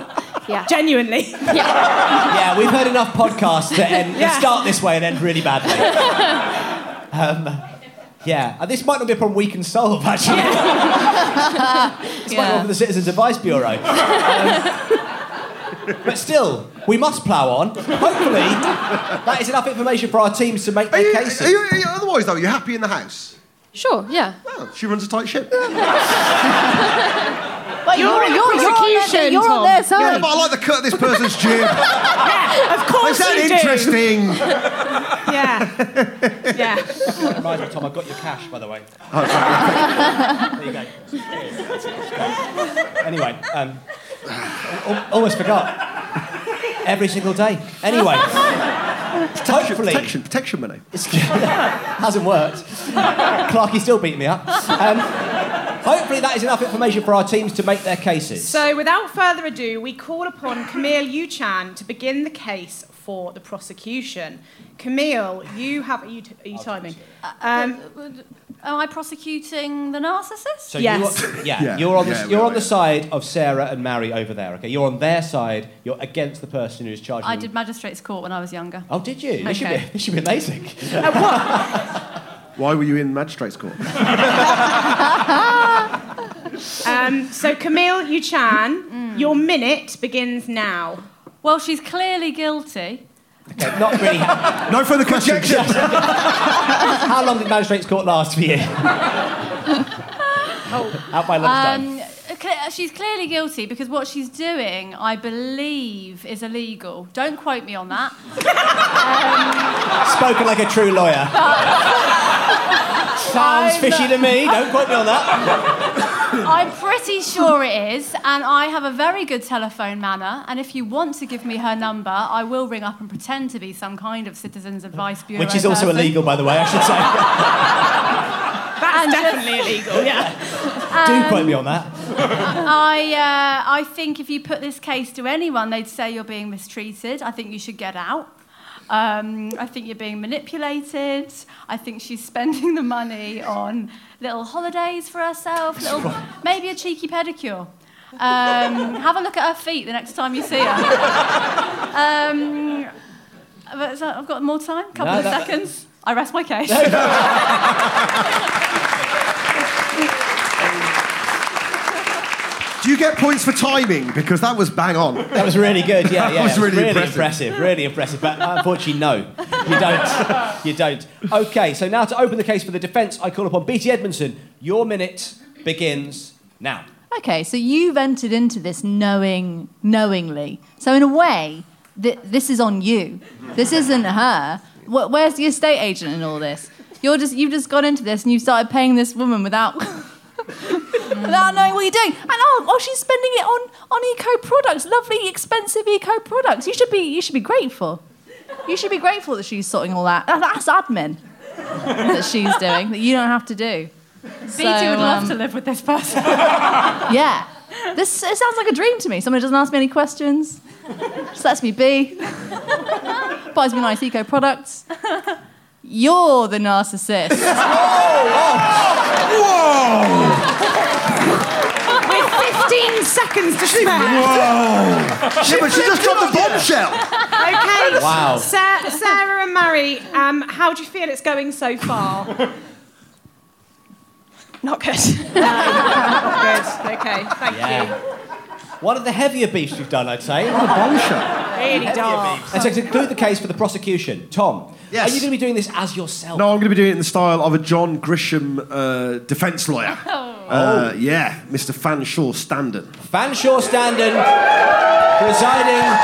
Speaker 4: rent.
Speaker 17: yeah.
Speaker 4: Genuinely.
Speaker 3: Yeah, we've heard enough podcasts that end, that
Speaker 4: Yeah.
Speaker 3: start this way and end really badly. Um, yeah, and this might not be a problem we can solve actually. It's might not be
Speaker 6: yeah.
Speaker 3: the Citizens Advice Bureau. Um, but still, we must plough on. Hopefully, that is enough information for our teams to make their cases.
Speaker 1: Are you- are you- otherwise, though, you're happy in the house.
Speaker 17: Sure, yeah.
Speaker 1: Oh, she runs a tight ship.
Speaker 6: But
Speaker 4: You're
Speaker 6: you're,
Speaker 4: in
Speaker 6: you're, you're, on their,
Speaker 4: prosecution,
Speaker 6: you're on
Speaker 4: Tom.
Speaker 6: Yeah, sorry.
Speaker 9: Yeah, but I like the cut of this person's jib. yeah,
Speaker 4: of course
Speaker 9: Is that
Speaker 4: you do.
Speaker 9: interesting?
Speaker 4: yeah. Yeah.
Speaker 3: Reminds me, Tom, I've got your cash, by the way.
Speaker 9: Oh,
Speaker 3: there you go. anyway, um, al- almost forgot.
Speaker 5: um,
Speaker 3: Every single day. Anyway, hopefully.
Speaker 9: Protection, protection money.
Speaker 3: hasn't worked. Clarky still beat me up. Um, hopefully, that is enough information for our teams to make their cases.
Speaker 4: So, without further ado, we call upon Camille Yuchan to begin the case for the prosecution. Camille, you have. Are you, are you timing? Um,
Speaker 7: Am I prosecuting the narcissist?
Speaker 3: So You are, yeah, you're on the,
Speaker 7: Yeah, we
Speaker 3: you're on the side of Sarah and Mary over there. Okay, you're on their side. You're against the person who's charging.
Speaker 7: I
Speaker 3: them.
Speaker 7: did magistrates court when I was younger.
Speaker 3: Oh, did you? This, should be,
Speaker 7: Okay.
Speaker 3: this should be amazing.
Speaker 9: Why were you in magistrate's court?
Speaker 4: um, so, Camille Yuchan, your minute begins now.
Speaker 7: Well, she's clearly guilty.
Speaker 3: Not really.
Speaker 9: no further questions.
Speaker 3: How long did magistrates court last for you? Out by lunchtime.
Speaker 7: Oh. Um, cle- she's clearly guilty because what she's doing, I believe, is illegal. Don't quote me on that.
Speaker 3: Spoken like a true lawyer. Sounds
Speaker 7: I'm-
Speaker 3: fishy to me. Don't quote me on that.
Speaker 7: I'm pretty sure it is, and I have a very good telephone manner. And if you want to give me her number, I will ring up and pretend to be some kind of Citizens Advice Bureau.
Speaker 3: Which is also
Speaker 7: person.
Speaker 3: illegal, by the way, I should say.
Speaker 4: That's definitely illegal, yeah.
Speaker 7: Um,
Speaker 3: Do quote me on that.
Speaker 7: I, uh, I think if you put this case to anyone, they'd say you're being mistreated. I think you should get out. Um, I think you're being manipulated. I think she's spending the money on little holidays for herself, little, maybe a cheeky pedicure. Um, have a look at her feet the next time you see her. Um, but so- I've got more time, couple
Speaker 5: No,
Speaker 7: of
Speaker 5: that-
Speaker 7: seconds. I rest my case.
Speaker 9: Do you get points for timing? Because that was bang on.
Speaker 3: That was really good. Yeah,
Speaker 9: That
Speaker 3: yeah.
Speaker 9: was
Speaker 3: it
Speaker 9: really
Speaker 3: impressive. Really impressive. But uh, unfortunately, no, you don't. You don't. Okay, so now to open the case for the defence, I call upon BT Edmondson. Your minute begins now.
Speaker 6: Okay, so you've entered into this knowing, knowingly. So in a way, th- this is on you. This isn't her. Wh- where's the estate agent in all this? You're just, you've just got into this and you've started paying this woman without, without knowing what you're doing. And oh, oh, she's spending it on, on eco products, lovely, expensive eco products. You should be, you should be grateful. You should be grateful that she's sorting all that. That- That's admin that she's doing that you don't have to do.
Speaker 7: BT would love
Speaker 6: um,
Speaker 7: to live with this person.
Speaker 6: yeah. This it sounds like a dream to me. Someone who doesn't ask me any questions, just lets me be, buys me nice eco products. You're the narcissist.
Speaker 4: With 15 seconds to spare.
Speaker 9: Whoa. She- but she just dropped the bombshell.
Speaker 4: Okay.
Speaker 9: Wow.
Speaker 4: Sa- Sarah and Mary, um, how do you feel it's going so far?
Speaker 18: Not good.
Speaker 4: Not good. Okay. Thank you.
Speaker 3: One of the heavier beefs you've done, I'd say. What a bombshell.
Speaker 4: Really dark.
Speaker 3: And so to conclude the case for the prosecution, Tom, are you going to be doing this as yourself?
Speaker 9: No, I'm going to be doing it in the style of a John Grisham uh, defence lawyer.
Speaker 4: Oh.
Speaker 3: Oh.
Speaker 9: Uh, yeah, Mr. Fanshawe Standen.
Speaker 3: Fanshawe Standen, presiding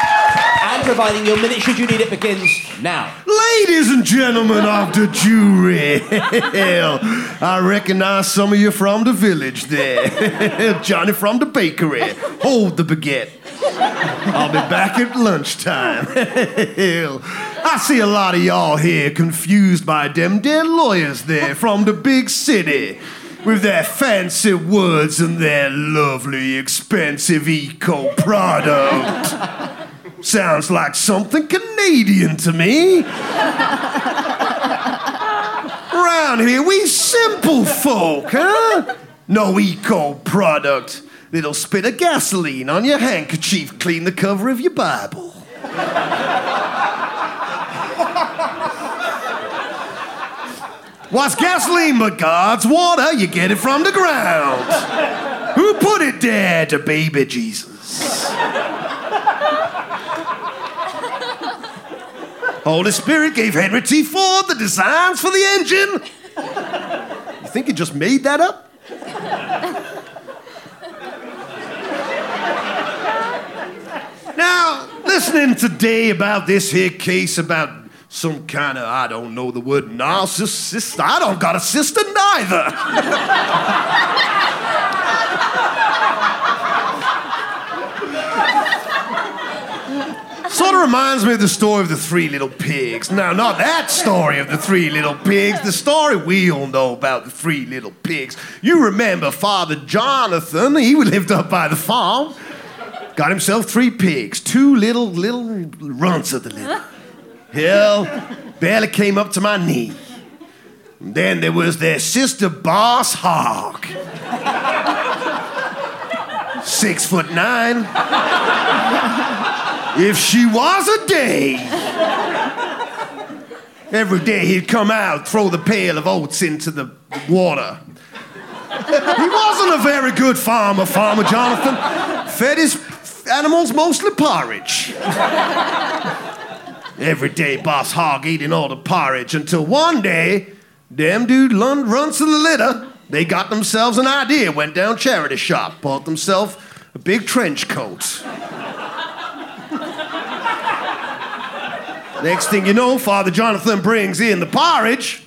Speaker 3: and providing your minute should you need it begins now.
Speaker 9: Ladies and gentlemen of the jury, I recognise some of you from the village there. Johnny from the bakery. Hold the baguette. I'll be back at lunchtime. I see a lot of y'all here confused by them dead lawyers there from the big city with their fancy words and their lovely expensive eco product. Sounds like something Canadian to me. Round here, we simple folk, huh? No eco product. Little spit of gasoline on your handkerchief, clean the cover of your Bible. What's gasoline but God's water? You get it from the ground. Who put it there? The baby Jesus. Holy Spirit gave Henry T. Ford the designs for the engine. You think he just made that up? listening today about this here case about some kind of, I don't know the word, narcissist. I don't got a sister neither. Sort of reminds me of the story of the three little pigs. No, not that story of the three little pigs. The story we all know about the three little pigs. You remember Father Jonathan, he lived up by the farm. Got himself three pigs, two little, little runts of the litter. Hell, barely came up to my knee. And then there was their sister, Boss Hog. Six foot nine. If she was a day, every day he'd come out, throw the pail of oats into the water. He wasn't a very good farmer, Farmer Jonathan. Fed his animals mostly porridge. Every day, Boss Hog eating all the porridge until one day, damn dude lun- runs to the litter. They got themselves an idea, went down charity shop, bought themselves a big trench coat. Next thing you know, Father Jonathan brings in the porridge.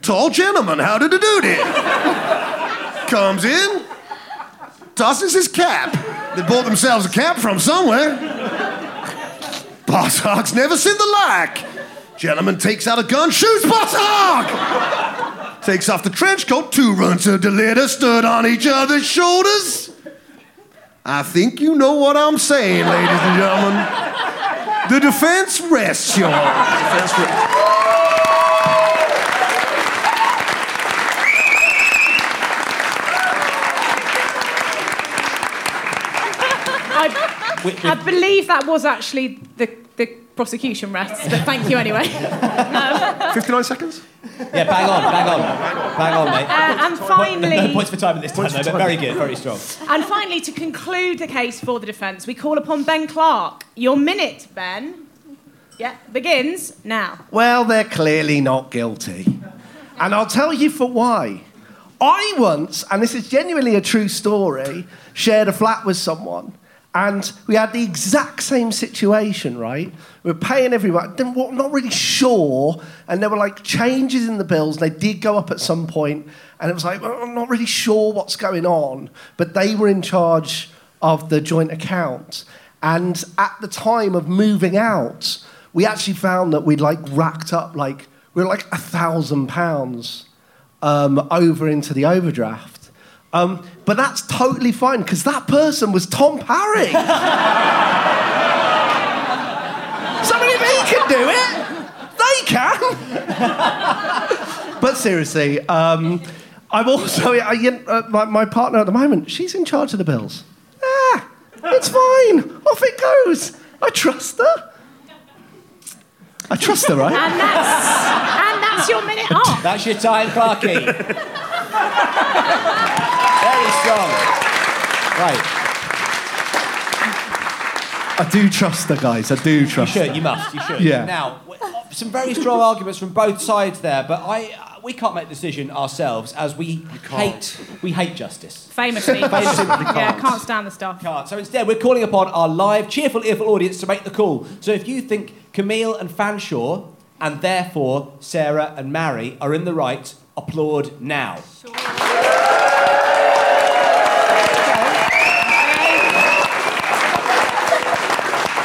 Speaker 9: Tall gentleman, how did it do it? Comes in, tosses his cap. They bought themselves a cap from somewhere. Boss Hog's never seen the like. Gentleman takes out a gun, shoots Boss Hog! Takes off the trench coat, two runs of the litter, stood on each other's shoulders. I think you know what I'm saying, ladies and gentlemen. The defense rests, your honor. Defense rests.
Speaker 4: I, I believe that was actually the, the prosecution rests, but thank you anyway. Um,
Speaker 5: 59 seconds?
Speaker 3: Yeah, bang on, bang on, bang on, mate.
Speaker 4: Uh, and
Speaker 3: No
Speaker 4: finally-
Speaker 3: points for time at this time, though, but very good, very strong.
Speaker 4: and finally, to conclude the case for the defence, we call upon Ben Clark. Your minute, Ben. Yeah, begins now.
Speaker 2: Well, they're clearly not guilty. And I'll tell you for why. I once, and this is genuinely a true story, shared a flat with someone. And we had the exact same situation, right? We were paying everyone, didn't, we're not really sure. And there were like changes in the bills. They did go up at some point, And it was like, well, I'm not really sure what's going on. But they were in charge of the joint account. And at the time of moving out, we actually found that we'd like racked up like we were like a thousand pounds um, over into the overdraft. Um, but that's totally fine because that person was Tom Parry. Somebody he can do it. They can. but seriously, um, I'm also I, you- uh, my, my partner at the moment. She's in charge of the bills. Ah, it's fine. Off it goes. I trust her. I trust her, right?
Speaker 4: And that's, and that's your minute off.
Speaker 3: That's your time, Clarky. very strong. Right.
Speaker 2: I do trust her, guys. I do trust
Speaker 3: You
Speaker 2: her.
Speaker 3: should, you must, you should.
Speaker 2: Yeah.
Speaker 3: Now, w- uh, some very strong arguments from both sides there, but I, uh, we can't make the decision ourselves as we hate, we hate justice.
Speaker 4: Famously.
Speaker 3: Famously, we
Speaker 4: yeah,
Speaker 3: can't.
Speaker 4: can't stand the stuff.
Speaker 3: So instead, we're calling upon our live, cheerful, earful audience to make the call. So if you think Camille and Fanshawe, and therefore Sarah and Mary, are in the right, applaud now.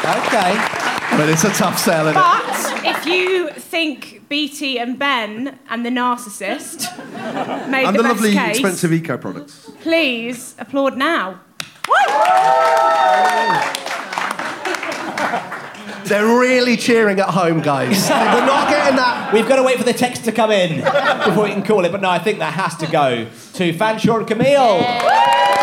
Speaker 3: Okay.
Speaker 2: But it's a tough sell, isn't it?
Speaker 4: But if you think Beatty and Ben and the narcissist made
Speaker 5: and
Speaker 4: the,
Speaker 5: the,
Speaker 4: best
Speaker 5: lovely,
Speaker 4: case,
Speaker 5: expensive eco products.
Speaker 4: please applaud now.
Speaker 2: They're really cheering at home, guys. They're not getting that
Speaker 3: We've got to wait for the text to come in before we can call it, but no, I think that has to go to Fanshawe and Camille.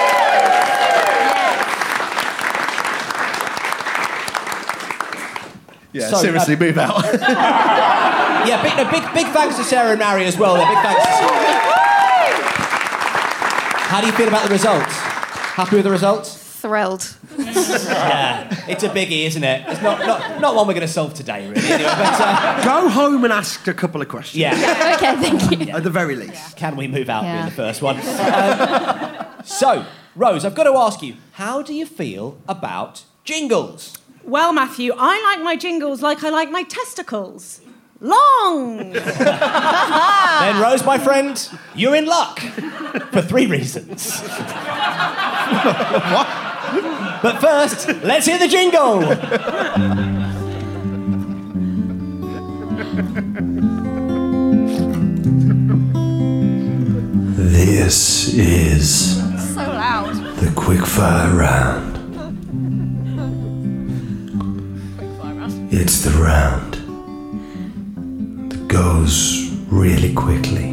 Speaker 2: Yeah,
Speaker 3: So,
Speaker 2: seriously,
Speaker 3: uh,
Speaker 2: move out.
Speaker 3: Yeah, big, no, big, big thanks to Sarah and Mary as well. There, big thanks. How do you feel about the results? Happy with the results?
Speaker 17: Thrilled.
Speaker 3: Yeah, it's a biggie, isn't it? It's not, not, not one we're going to solve today, really. Anyway, but, uh,
Speaker 5: Go home and ask a couple of questions.
Speaker 3: Yeah.
Speaker 17: okay, thank you.
Speaker 5: At the very least.
Speaker 3: Can we move out?
Speaker 17: Yeah.
Speaker 3: Being the first one. Um, so, Rose, I've got to ask you, how do you feel about jingles?
Speaker 4: Well, Matthew, I like my jingles like I like my testicles. Long!
Speaker 17: Ah.
Speaker 3: Then, Rose, my friend, you're in luck for three reasons. But first, let's hear the jingle.
Speaker 8: This is
Speaker 7: So loud.
Speaker 8: the quickfire round. It's the round that goes really quickly,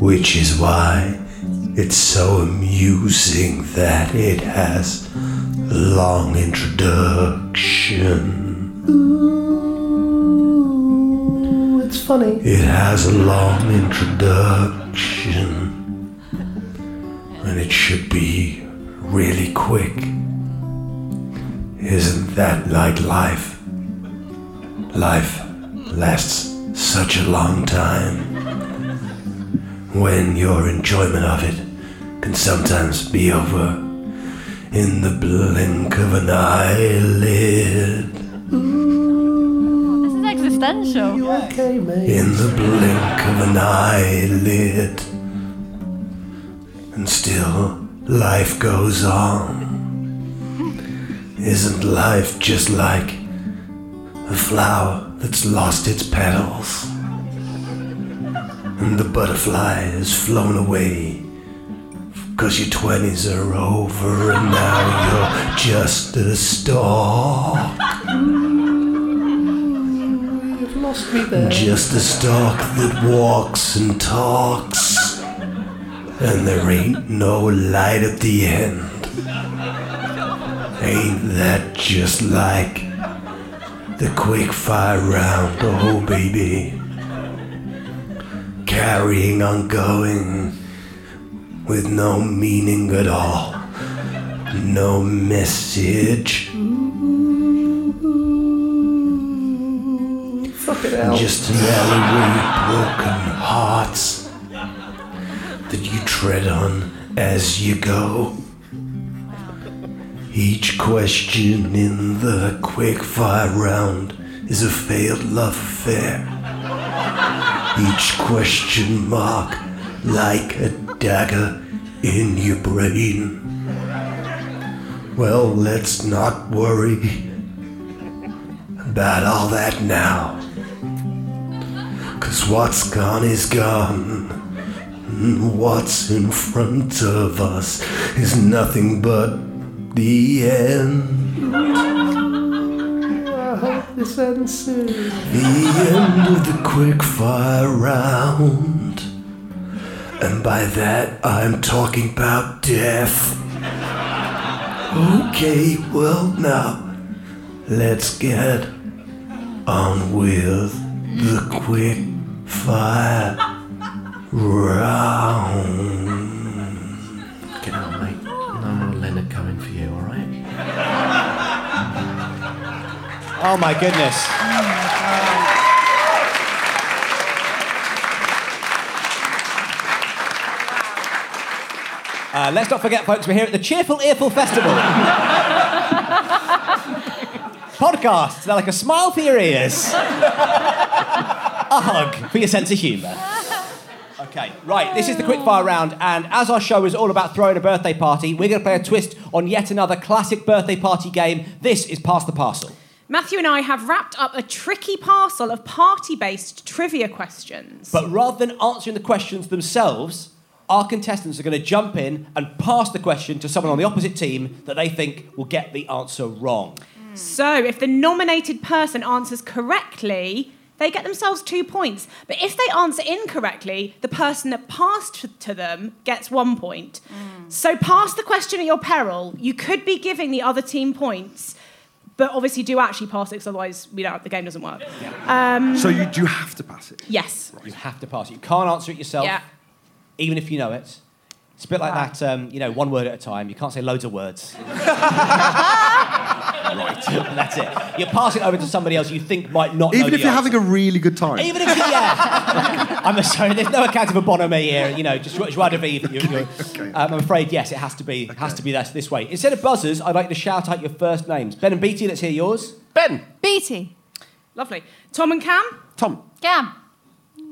Speaker 8: which is why it's so amusing that it has long introduction.
Speaker 2: It's funny.
Speaker 8: It has a long introduction. And it should be really quick. Isn't that like life? Life lasts such a long time. When your enjoyment of it can sometimes be over in the blink of an eyelid.
Speaker 7: This is existential. You okay, mate?
Speaker 8: in the blink of an eyelid. And still, life goes on. Isn't life just like a flower that's lost its petals? And the butterfly has flown away. Cause your 20s are over and now you're just a stalk.
Speaker 2: You've lost me there.
Speaker 8: Just a stalk that walks and talks. And there ain't no light at the end. Ain't that just like the quick fire round? Oh, baby. Carrying on going with no meaning at all, no message.
Speaker 2: Fucking hell.
Speaker 8: Just an alleyway of broken hearts that you tread on as you go. Each question in the quickfire round is a failed love affair. Each question mark like a dagger in your brain. Well, let's not worry about all that now. Cause what's gone is gone. And what's in front of us is nothing but the end.
Speaker 2: I hope this ends soon.
Speaker 8: The end of the quickfire round. And by that, I'm talking about death. Okay, well, now, let's get on with the quickfire round.
Speaker 19: Get out, mate. No more Leonard coming for you, alright?
Speaker 3: Oh my goodness. Uh, let's not forget, folks, we're here at the Cheerful Earful Festival. Podcasts, they're like a smile for your ears, a hug for your sense of humour. Okay, right, this is the quickfire round, and as our show is all about throwing a birthday party, we're going to play a twist on yet another classic birthday party game. This is Pass the Parcel.
Speaker 4: Matthew and I have wrapped up a tricky parcel of party based trivia questions.
Speaker 3: But rather than answering the questions themselves, our contestants are going to jump in and pass the question to someone on the opposite team that they think will get the answer wrong.
Speaker 4: So, if the nominated person answers correctly, they get themselves two points. But if they answer incorrectly, the person that passed to them gets one point. So, pass the question at your peril. You could be giving the other team points, but obviously do actually pass it, 'cause otherwise, we don't, the game doesn't work. Um,
Speaker 5: So you do have to pass it.
Speaker 4: Yes.
Speaker 3: You have to pass it. You can't answer it yourself,
Speaker 4: Yeah.
Speaker 3: even if you know it. It's a bit like that, um, you know, one word at a time. You can't say loads of words. Right. That's it. You pass it over to somebody else you think might not know
Speaker 5: Even if
Speaker 3: the
Speaker 5: you're
Speaker 3: answer.
Speaker 5: having a really good time.
Speaker 3: Even if you, yeah. I'm sorry, there's no account of a bonhomie here, you know, just joie de vivre. You're- you're- Um, I'm afraid, yes, it has to be, has to be this, this way. Instead of buzzers, I'd like to shout out your first names. Ben and Beatty, let's hear yours. Ben.
Speaker 4: Beatty. Lovely. Tom and Cam?
Speaker 5: Tom.
Speaker 4: Cam.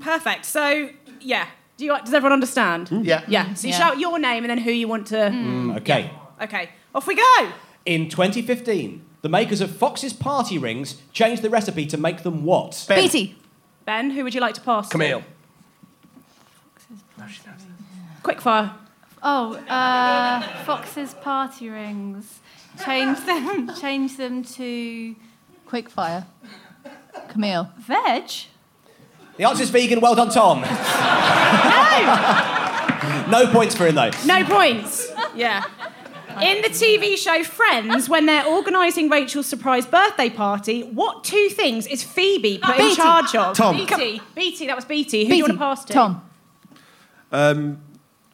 Speaker 4: Perfect. So, yeah. Do you, does everyone understand?
Speaker 5: Mm.
Speaker 3: Yeah.
Speaker 4: Yeah. So you
Speaker 3: Yeah.
Speaker 4: shout your name and then who you want to.
Speaker 3: Mm. Okay.
Speaker 4: Okay. Off we go.
Speaker 3: In 2015, the makers of Fox's party rings changed the recipe to make them what?
Speaker 4: Beatty. Ben, who would you like to pass? to? Quickfire.
Speaker 12: Oh, uh, Fox's party rings. Change them. Change them to
Speaker 6: quickfire. Camille.
Speaker 12: Veg.
Speaker 3: The answer's vegan. Well done, Tom. no! no points for him, though.
Speaker 4: No points. Yeah. In the TV show Friends, when they're organising Rachel's surprise birthday party, what two things is Phoebe put in
Speaker 6: Beatty.
Speaker 4: charge of?
Speaker 5: Tom.
Speaker 4: Beatty. Beatty, that was Beatty. Who do you want
Speaker 6: Beatty.
Speaker 4: to pass to?
Speaker 6: Tom.
Speaker 5: Um,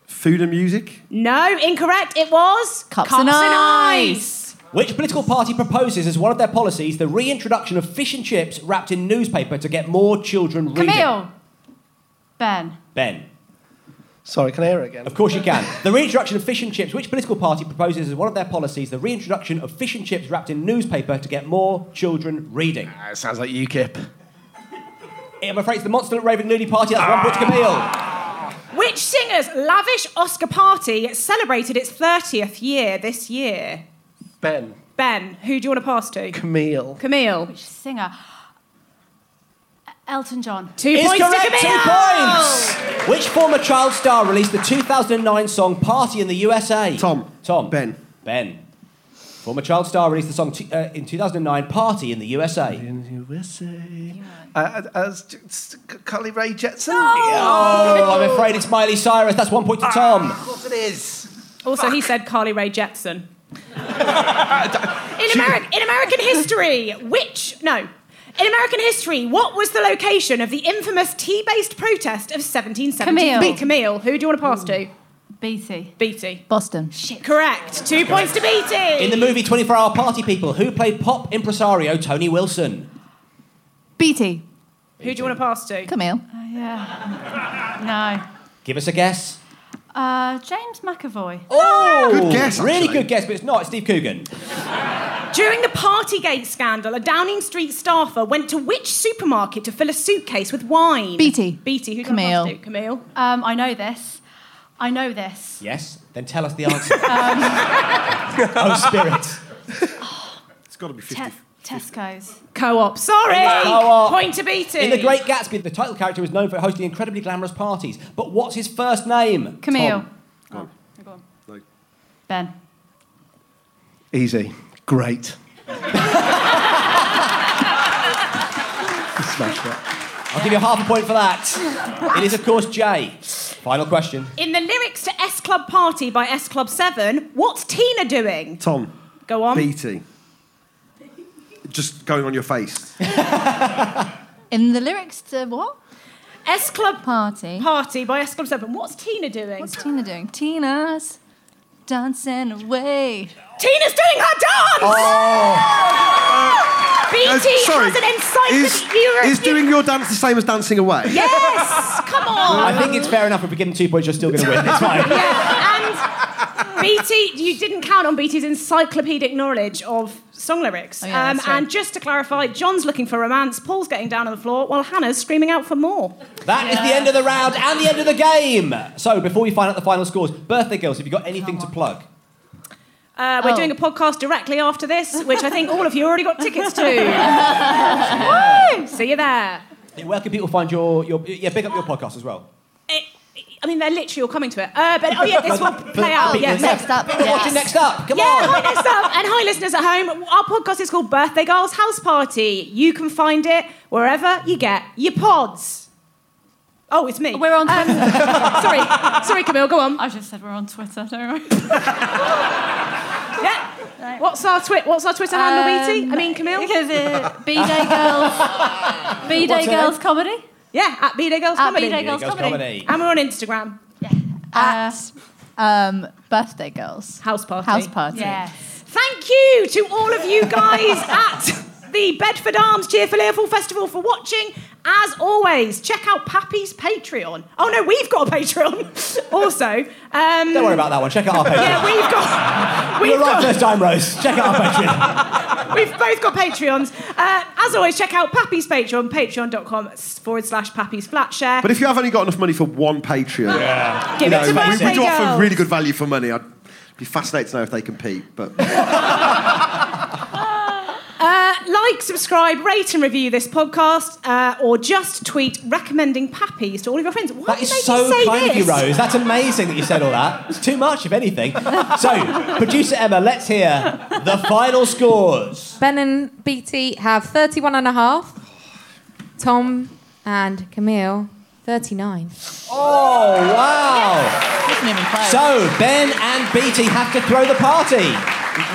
Speaker 5: food and music.
Speaker 4: No, incorrect. It was Cups,
Speaker 6: and
Speaker 4: Ice.
Speaker 3: Which political party proposes as one of their policies the reintroduction of fish and chips wrapped in newspaper to get more children reading?
Speaker 12: Camille. Ben.
Speaker 3: Ben.
Speaker 2: Sorry, can I hear it again?
Speaker 3: Of course you can. The reintroduction of fish and chips. Which political party proposes as one of their policies the reintroduction of fish and chips wrapped in newspaper to get more children reading?
Speaker 2: Ah, It sounds like UKIP.
Speaker 3: I'm afraid it's the Monster at Raving Loony Party. That's one point to Camille.
Speaker 4: Which singer's lavish Oscar party celebrated its 30th year this year?
Speaker 2: Ben.
Speaker 4: Ben, who do you want to pass to?
Speaker 2: Camille.
Speaker 4: Camille.
Speaker 12: Which singer? Elton John.
Speaker 4: Two points to
Speaker 3: correct. Two
Speaker 4: Camille.
Speaker 3: points. Which former child star released the 2009 song Party in the USA? Tom. Tom. Ben. Ben. Former child star released the song t- uh, in 2009 Party in the USA. In the USA.
Speaker 2: Uh, as j- s- c- Carly Ray Jepsen.
Speaker 3: Oh, I'm afraid it's Miley Cyrus. That's one point to Tom.
Speaker 4: Ah.
Speaker 2: Of course it is.
Speaker 4: Also, he said Carly Ray Jepsen. in, Ameri- in American history, which, no. In American history, what was the location of the infamous tea based protest of 1770?
Speaker 12: Camille.
Speaker 4: Be- Camille. Who do you want to pass to?
Speaker 12: Beatty.
Speaker 4: Beatty.
Speaker 6: Boston.
Speaker 4: Shit. Correct. Two points to Beatty.
Speaker 3: In the movie 24 Hour Party People, who played pop impresario Tony Wilson?
Speaker 6: Beatty.
Speaker 4: Who do you want to pass to?
Speaker 6: Camille.
Speaker 12: Oh, yeah.
Speaker 3: Give us a guess.
Speaker 12: No. Uh, James McAvoy.
Speaker 4: Ah!
Speaker 3: Oh,
Speaker 12: Good
Speaker 4: guess,
Speaker 3: Really
Speaker 4: actually.
Speaker 3: good guess, but it's not. It's Steve Coogan.
Speaker 4: During the Partygate scandal, a Downing Street staffer went to which supermarket to fill a suitcase with wine?
Speaker 6: Beatty.
Speaker 4: Beatty. Who do you
Speaker 6: Camille.
Speaker 4: want to pass to? Camille.
Speaker 12: Um, I know this. I know this.
Speaker 3: Yes? Then tell us the answer.
Speaker 12: Um,
Speaker 3: oh, spirit.
Speaker 5: It's got to be
Speaker 12: Te- Tesco's.
Speaker 4: Co-op. Sorry.
Speaker 3: Co-op.
Speaker 4: Point to Beatty.
Speaker 3: In The Great Gatsby, the title character was known for hosting incredibly glamorous parties. But what's his first name?
Speaker 12: Camille.
Speaker 3: Tom.
Speaker 12: Ben.
Speaker 2: Easy. Great. Smashed it.
Speaker 3: I'll give you half a point for that. it is, of course, Jay. Final question.
Speaker 4: In the lyrics to S Club Party by S Club 7, what's Tina doing?
Speaker 5: Tom.
Speaker 4: Go on.
Speaker 5: Beatty. Just going on your face.
Speaker 6: In the lyrics to what?
Speaker 4: S Club
Speaker 6: Party.
Speaker 4: Party by S Club 7. What's Tina doing?
Speaker 6: What's Tina doing? Tina's dancing away.
Speaker 4: Tina's doing her dance!
Speaker 6: Oh,
Speaker 4: BT
Speaker 5: Uh, sorry.
Speaker 4: has an encyclopedia.
Speaker 5: Is, is doing your dance the same as dancing away?
Speaker 4: Yes! Come on!
Speaker 3: I think it's fair enough if we give him two points, you're still going to win. It's fine.
Speaker 4: Yeah, and BT, you didn't count on BT's encyclopedic knowledge of song lyrics. Um,
Speaker 6: Oh, yeah, that's right.
Speaker 4: And just to clarify, John's looking for romance, Paul's getting down on the floor, while Hannah's screaming out for more.
Speaker 3: That is the end of the round and the end of the game. So before we find out the final scores, birthday girls, have you got anything to plug?
Speaker 4: Uh, we're
Speaker 6: Oh.
Speaker 4: doing a podcast directly after this, which I think all of you already got tickets to. Woo!
Speaker 6: Yeah.
Speaker 4: See you there.
Speaker 3: Yeah, Where can people find your, your yeah? Pick up your podcast as well.
Speaker 4: I mean, they're literally all coming to it. Uh, but oh yeah, this will play out. Yeah,
Speaker 3: People watching next up. Come
Speaker 4: yeah,
Speaker 3: on.
Speaker 4: hi, next up. And hi, listeners at home. Our podcast is called Birthday Girls House Party. You can find it wherever you get your pods. Oh, it's me.
Speaker 12: We're on Twitter.
Speaker 4: sorry, sorry, Camille, go on.
Speaker 12: I just said we're on Twitter, don't worry.
Speaker 4: yeah. What's our twi- What's our Twitter handle, BT? I mean, Camille.
Speaker 12: Because Um, it uh, B Day Girls, B Day
Speaker 4: What's her
Speaker 12: Girls Comedy.
Speaker 4: Yeah, at B Day Girls
Speaker 12: At
Speaker 4: Comedy.
Speaker 12: B-Day Girls B-Day Girls Comedy. Comedy.
Speaker 4: And we're on Instagram.
Speaker 6: At um, birthday girls
Speaker 4: house party.
Speaker 6: house party.
Speaker 12: Yes.
Speaker 4: Thank thank you to all of you guys at the Bedford Arms Cheerful Earful Festival for watching. As always, check out Pappy's Patreon. Oh no, we've got a Patreon also. Um,
Speaker 20: Don't worry about that one. Check out our Patreon.
Speaker 4: Yeah, we've got. We've
Speaker 20: You're right
Speaker 4: got,
Speaker 20: first time, Rose. Check out our Patreon.
Speaker 4: We've both got Patreons. Uh, as always, check out Pappy's Patreon, patreon.com forward slash Pappy's Flat Share.
Speaker 21: But if you have only got enough money for one Patreon,
Speaker 4: Yeah. Give it to
Speaker 21: we- we,
Speaker 4: birthday
Speaker 21: do offer
Speaker 4: girls.
Speaker 21: really good value for money. I'd be fascinated to know if they compete, but
Speaker 4: Uh, like, subscribe, rate, and review this podcast, uh, or just tweet recommending Pappies to all of your friends. Why
Speaker 20: That
Speaker 4: did
Speaker 20: is
Speaker 4: they
Speaker 20: so
Speaker 4: say
Speaker 20: kind
Speaker 4: this?
Speaker 20: of you, Rose. That's amazing that you said all that. It's too much, if anything. So, producer Emma, let's hear the final scores.
Speaker 5: Ben and BT have 31 and a half. Tom and Camille, 39.
Speaker 20: Oh, wow. So, Ben and Beatty have to throw the party.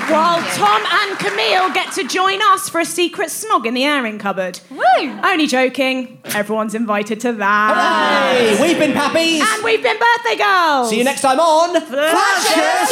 Speaker 4: While Tom and Camille get to join us for a secret snog in the airing cupboard. Woo! Only joking. Everyone's invited to that.
Speaker 20: Hooray! We've been Pappies.
Speaker 4: And we've been birthday girls.
Speaker 20: See you next time on Flashes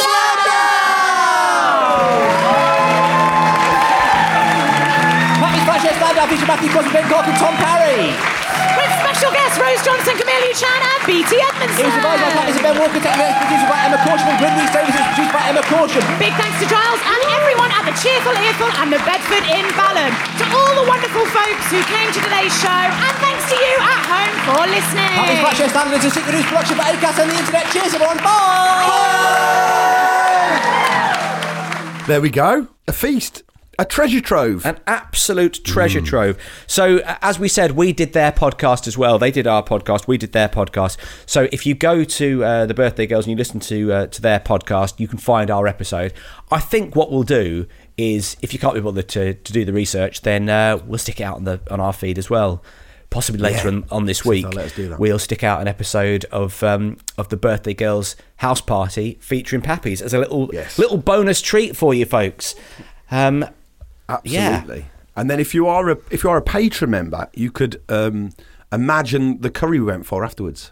Speaker 20: Matthew Flasher, stand up. Feature Matthew Crosby, Ben Clark, and Tom Parry.
Speaker 4: With special guests Rose Johnson, Camille Chan, and BT Edmondson.
Speaker 20: It was devised by Pat Ben Walker, technically produced by Emma Corsham, and Gridley Davis is produced by Emma Corsham.
Speaker 4: Big thanks to Giles and everyone at the Cheerful Earful and the Bedford Inn Ballon. To all the wonderful folks who came to today's show, and thanks to you at home for listening.
Speaker 20: Matthew Flasher, stand up. It's a secret news production for ACAS and the internet. Cheers, everyone.
Speaker 1: There we go. A feast. A treasure trove. Hmm.
Speaker 3: An absolute treasure trove. So, uh, as we said, we did their podcast as well. They did our podcast. We did their podcast. So, if you go to uh, the Birthday Girls and you listen to uh, to their podcast, you can find our episode. I think what we'll do is, if you can't be bothered to, to do the research, then uh, we'll stick it out on the on our feed as well. Possibly later
Speaker 1: Yeah.
Speaker 3: on, on this
Speaker 1: So
Speaker 3: week,
Speaker 1: "Oh, let us do that.
Speaker 3: we'll stick out an episode of um, of the Birthday Girls house party featuring Pappies as a little little bonus treat for you folks. Um,
Speaker 1: Absolutely. And then if you are a if you are a patron member, you could um, imagine the curry we went for afterwards,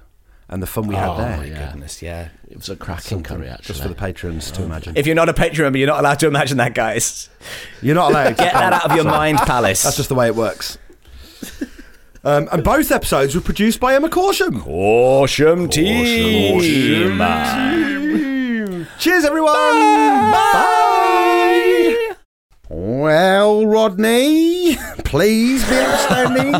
Speaker 1: and the fun we
Speaker 3: Oh,
Speaker 1: had there.
Speaker 3: my goodness, yeah, it was a
Speaker 1: cracking curry actually. Just for the patrons to imagine.
Speaker 3: If you're not a Patreon member, you're not allowed to imagine that, guys.
Speaker 1: You're not allowed.
Speaker 3: Get that out of your
Speaker 1: Sorry.
Speaker 3: mind, palace.
Speaker 1: That's just the way it works. Um, and both episodes were produced by Emma Corsham.
Speaker 3: Corsham
Speaker 1: team. Cheers, everyone. Bye. Well, Rodney, please be outstanding.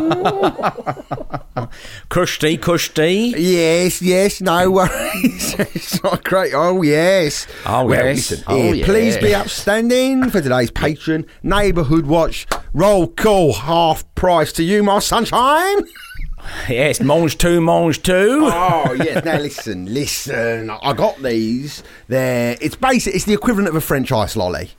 Speaker 3: Kushti, Kushti.
Speaker 1: Yes, yes, no worries. it's not great. Oh, yes.
Speaker 3: Oh,
Speaker 1: well,
Speaker 3: yes.
Speaker 1: Listen,
Speaker 3: Oh,
Speaker 1: eh,
Speaker 3: yes.
Speaker 1: Please be outstanding for today's patron neighbourhood watch roll call half price to you, my sunshine.
Speaker 3: Yes, mange two, mange two.
Speaker 1: Oh yes. Now listen, listen. I got these. They're it's basic. It's the equivalent of a French ice lolly.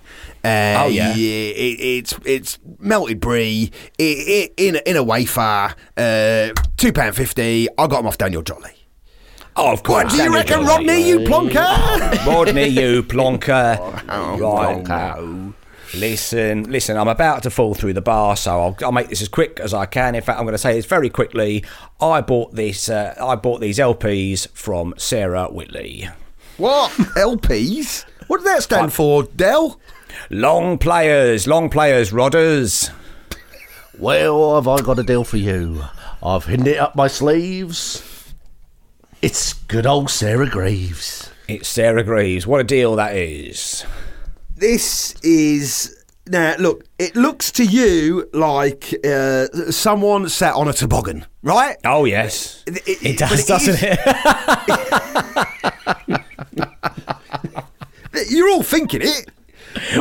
Speaker 1: Uh,
Speaker 3: Oh, yeah.
Speaker 1: it, it's it's melted brie i i in a, in a wafer. Uh, Two pound fifty. I got them off Daniel Jolly.
Speaker 3: Oh, of
Speaker 1: course. What do you
Speaker 3: Daniel
Speaker 1: reckon,
Speaker 3: Jolly.
Speaker 1: Rodney? You plonker.
Speaker 3: Rodney, you plonker.
Speaker 1: Oh,
Speaker 3: Right. Listen, listen, I'm about to fall through the bar, so I'll, I'll make this as quick as I can. In fact, I'm going to say this very quickly. I bought this. Uh, I bought these LPs from Sarah Whitley.
Speaker 1: What LPs? What does that stand for, Dell?
Speaker 3: Long players, long players, rodders.
Speaker 2: Well, have I got a deal for you? I've hidden it up my sleeves. It's good old Sarah Greaves.
Speaker 3: It's Sarah Greaves. What a deal that is.
Speaker 1: This is now. Look, it looks to you like uh, someone sat on a toboggan, right?
Speaker 3: Oh yes,
Speaker 1: it,
Speaker 3: does,
Speaker 1: but
Speaker 3: doesn't
Speaker 1: is- You're all thinking it.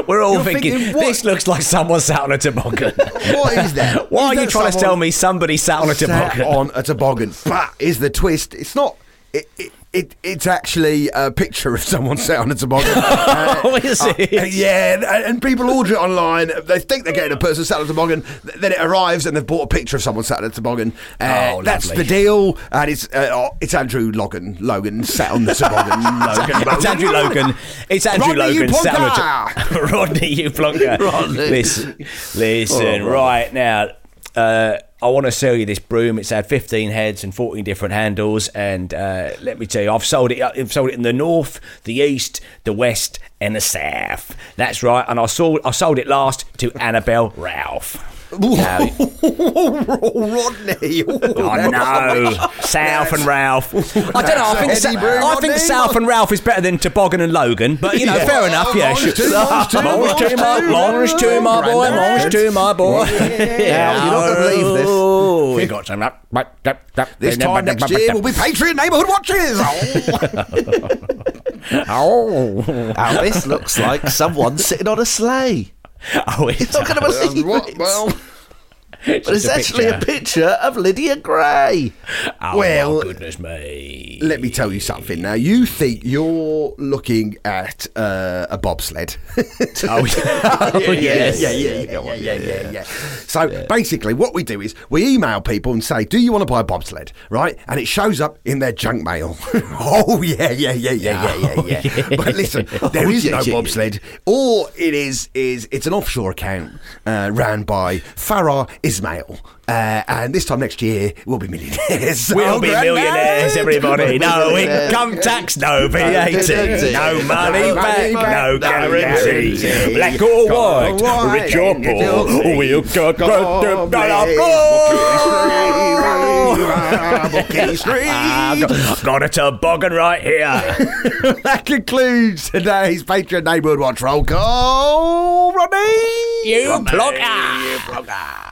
Speaker 3: We're all
Speaker 1: You're
Speaker 3: thinking,
Speaker 1: thinking, what-
Speaker 3: this looks like someone sat on a toboggan.
Speaker 1: What is that?
Speaker 3: Why
Speaker 1: Is
Speaker 3: are you
Speaker 1: that
Speaker 3: trying to
Speaker 1: someone
Speaker 3: tell me somebody sat on a
Speaker 1: sat
Speaker 3: toboggan?
Speaker 1: on a toboggan. But is the twist? It's not. It, it, it, it's actually a picture of someone sat on a toboggan. Uh,
Speaker 3: oh, is it?
Speaker 1: yeah, and, and people order it online. They think they're getting a person sat on a toboggan. th- Then it arrives, and they've bought a picture of someone sat on a toboggan. Uh,
Speaker 3: Oh,
Speaker 1: that's
Speaker 3: lovely.
Speaker 1: the deal. And it's uh, oh, it's Andrew Logan. Logan sat on the toboggan. Logan,
Speaker 3: it's Andrew Logan. It's Andrew
Speaker 1: Rodney, you
Speaker 3: Logan. sat on a
Speaker 1: plonker!
Speaker 3: to- Rodney, you plonker.
Speaker 1: Rodney.
Speaker 3: Listen, listen.
Speaker 1: Oh,
Speaker 3: right now, uh, I want to sell you this broom. It's had 15 heads and 14 different handles. And uh, let me tell you, I've sold it. I've sold it in the north, the east, the west, and the south. That's right. And I saw I sold it last to Annabelle Ralph. Now,
Speaker 1: Rodney.
Speaker 3: I know. South and Ralph. I don't know. I think,
Speaker 1: Eddie
Speaker 3: Sa-
Speaker 1: Broom,
Speaker 3: I think
Speaker 1: Rodney.
Speaker 3: South and Ralph is better than Toboggan and Logan, but you know,
Speaker 1: Yeah.
Speaker 3: fair enough. Yeah,
Speaker 1: Orange too, orange too,
Speaker 3: Orange
Speaker 1: orange
Speaker 3: to my
Speaker 1: too.
Speaker 3: orange to my boy, orange to my boy.
Speaker 1: Now, you're not gonna believe this.
Speaker 3: Oh, we got some.
Speaker 1: This time next year will be Patreon Neighbourhood Watches.
Speaker 3: Oh,
Speaker 2: Now, this looks like someone sitting on a sleigh.
Speaker 3: Oh, it's
Speaker 2: not going to
Speaker 1: does.
Speaker 2: believe
Speaker 1: What?
Speaker 2: it.
Speaker 1: Well,
Speaker 2: but it's actually a picture of Lydia Gray.
Speaker 1: well,
Speaker 3: Oh, goodness me.
Speaker 1: Let me tell you something. Now, you think you're looking at uh, a bobsled.
Speaker 3: Oh, yeah.
Speaker 1: yeah, yeah,
Speaker 3: Yes.
Speaker 1: yeah, yeah, yeah, yeah, yeah, yeah, yeah. So basically, what we do is we email people and say, "Do you want to buy a bobsled?" Right, and it shows up in their junk mail. oh yeah, yeah, yeah, yeah, yeah,
Speaker 3: Oh,
Speaker 1: yeah, yeah. But listen, there
Speaker 2: Oh,
Speaker 1: is
Speaker 2: yeah,
Speaker 1: no
Speaker 2: yeah, yeah.
Speaker 1: bobsled. All it is is it's an offshore account uh, ran by Farah Ismail. Uh, and this time next year, we'll be millionaires.
Speaker 3: We'll
Speaker 1: Oh,
Speaker 3: be
Speaker 1: grand-
Speaker 3: millionaires, everybody. No income tax, no VAT, no money back, no guarantee. Black or white, rich or poor, we'll go through the Got a toboggan right here.
Speaker 1: that concludes today's Patreon Neighbourhood Watch Roll Call, Rodney!
Speaker 3: You
Speaker 1: Rodney,
Speaker 3: plugger.
Speaker 1: You plugger!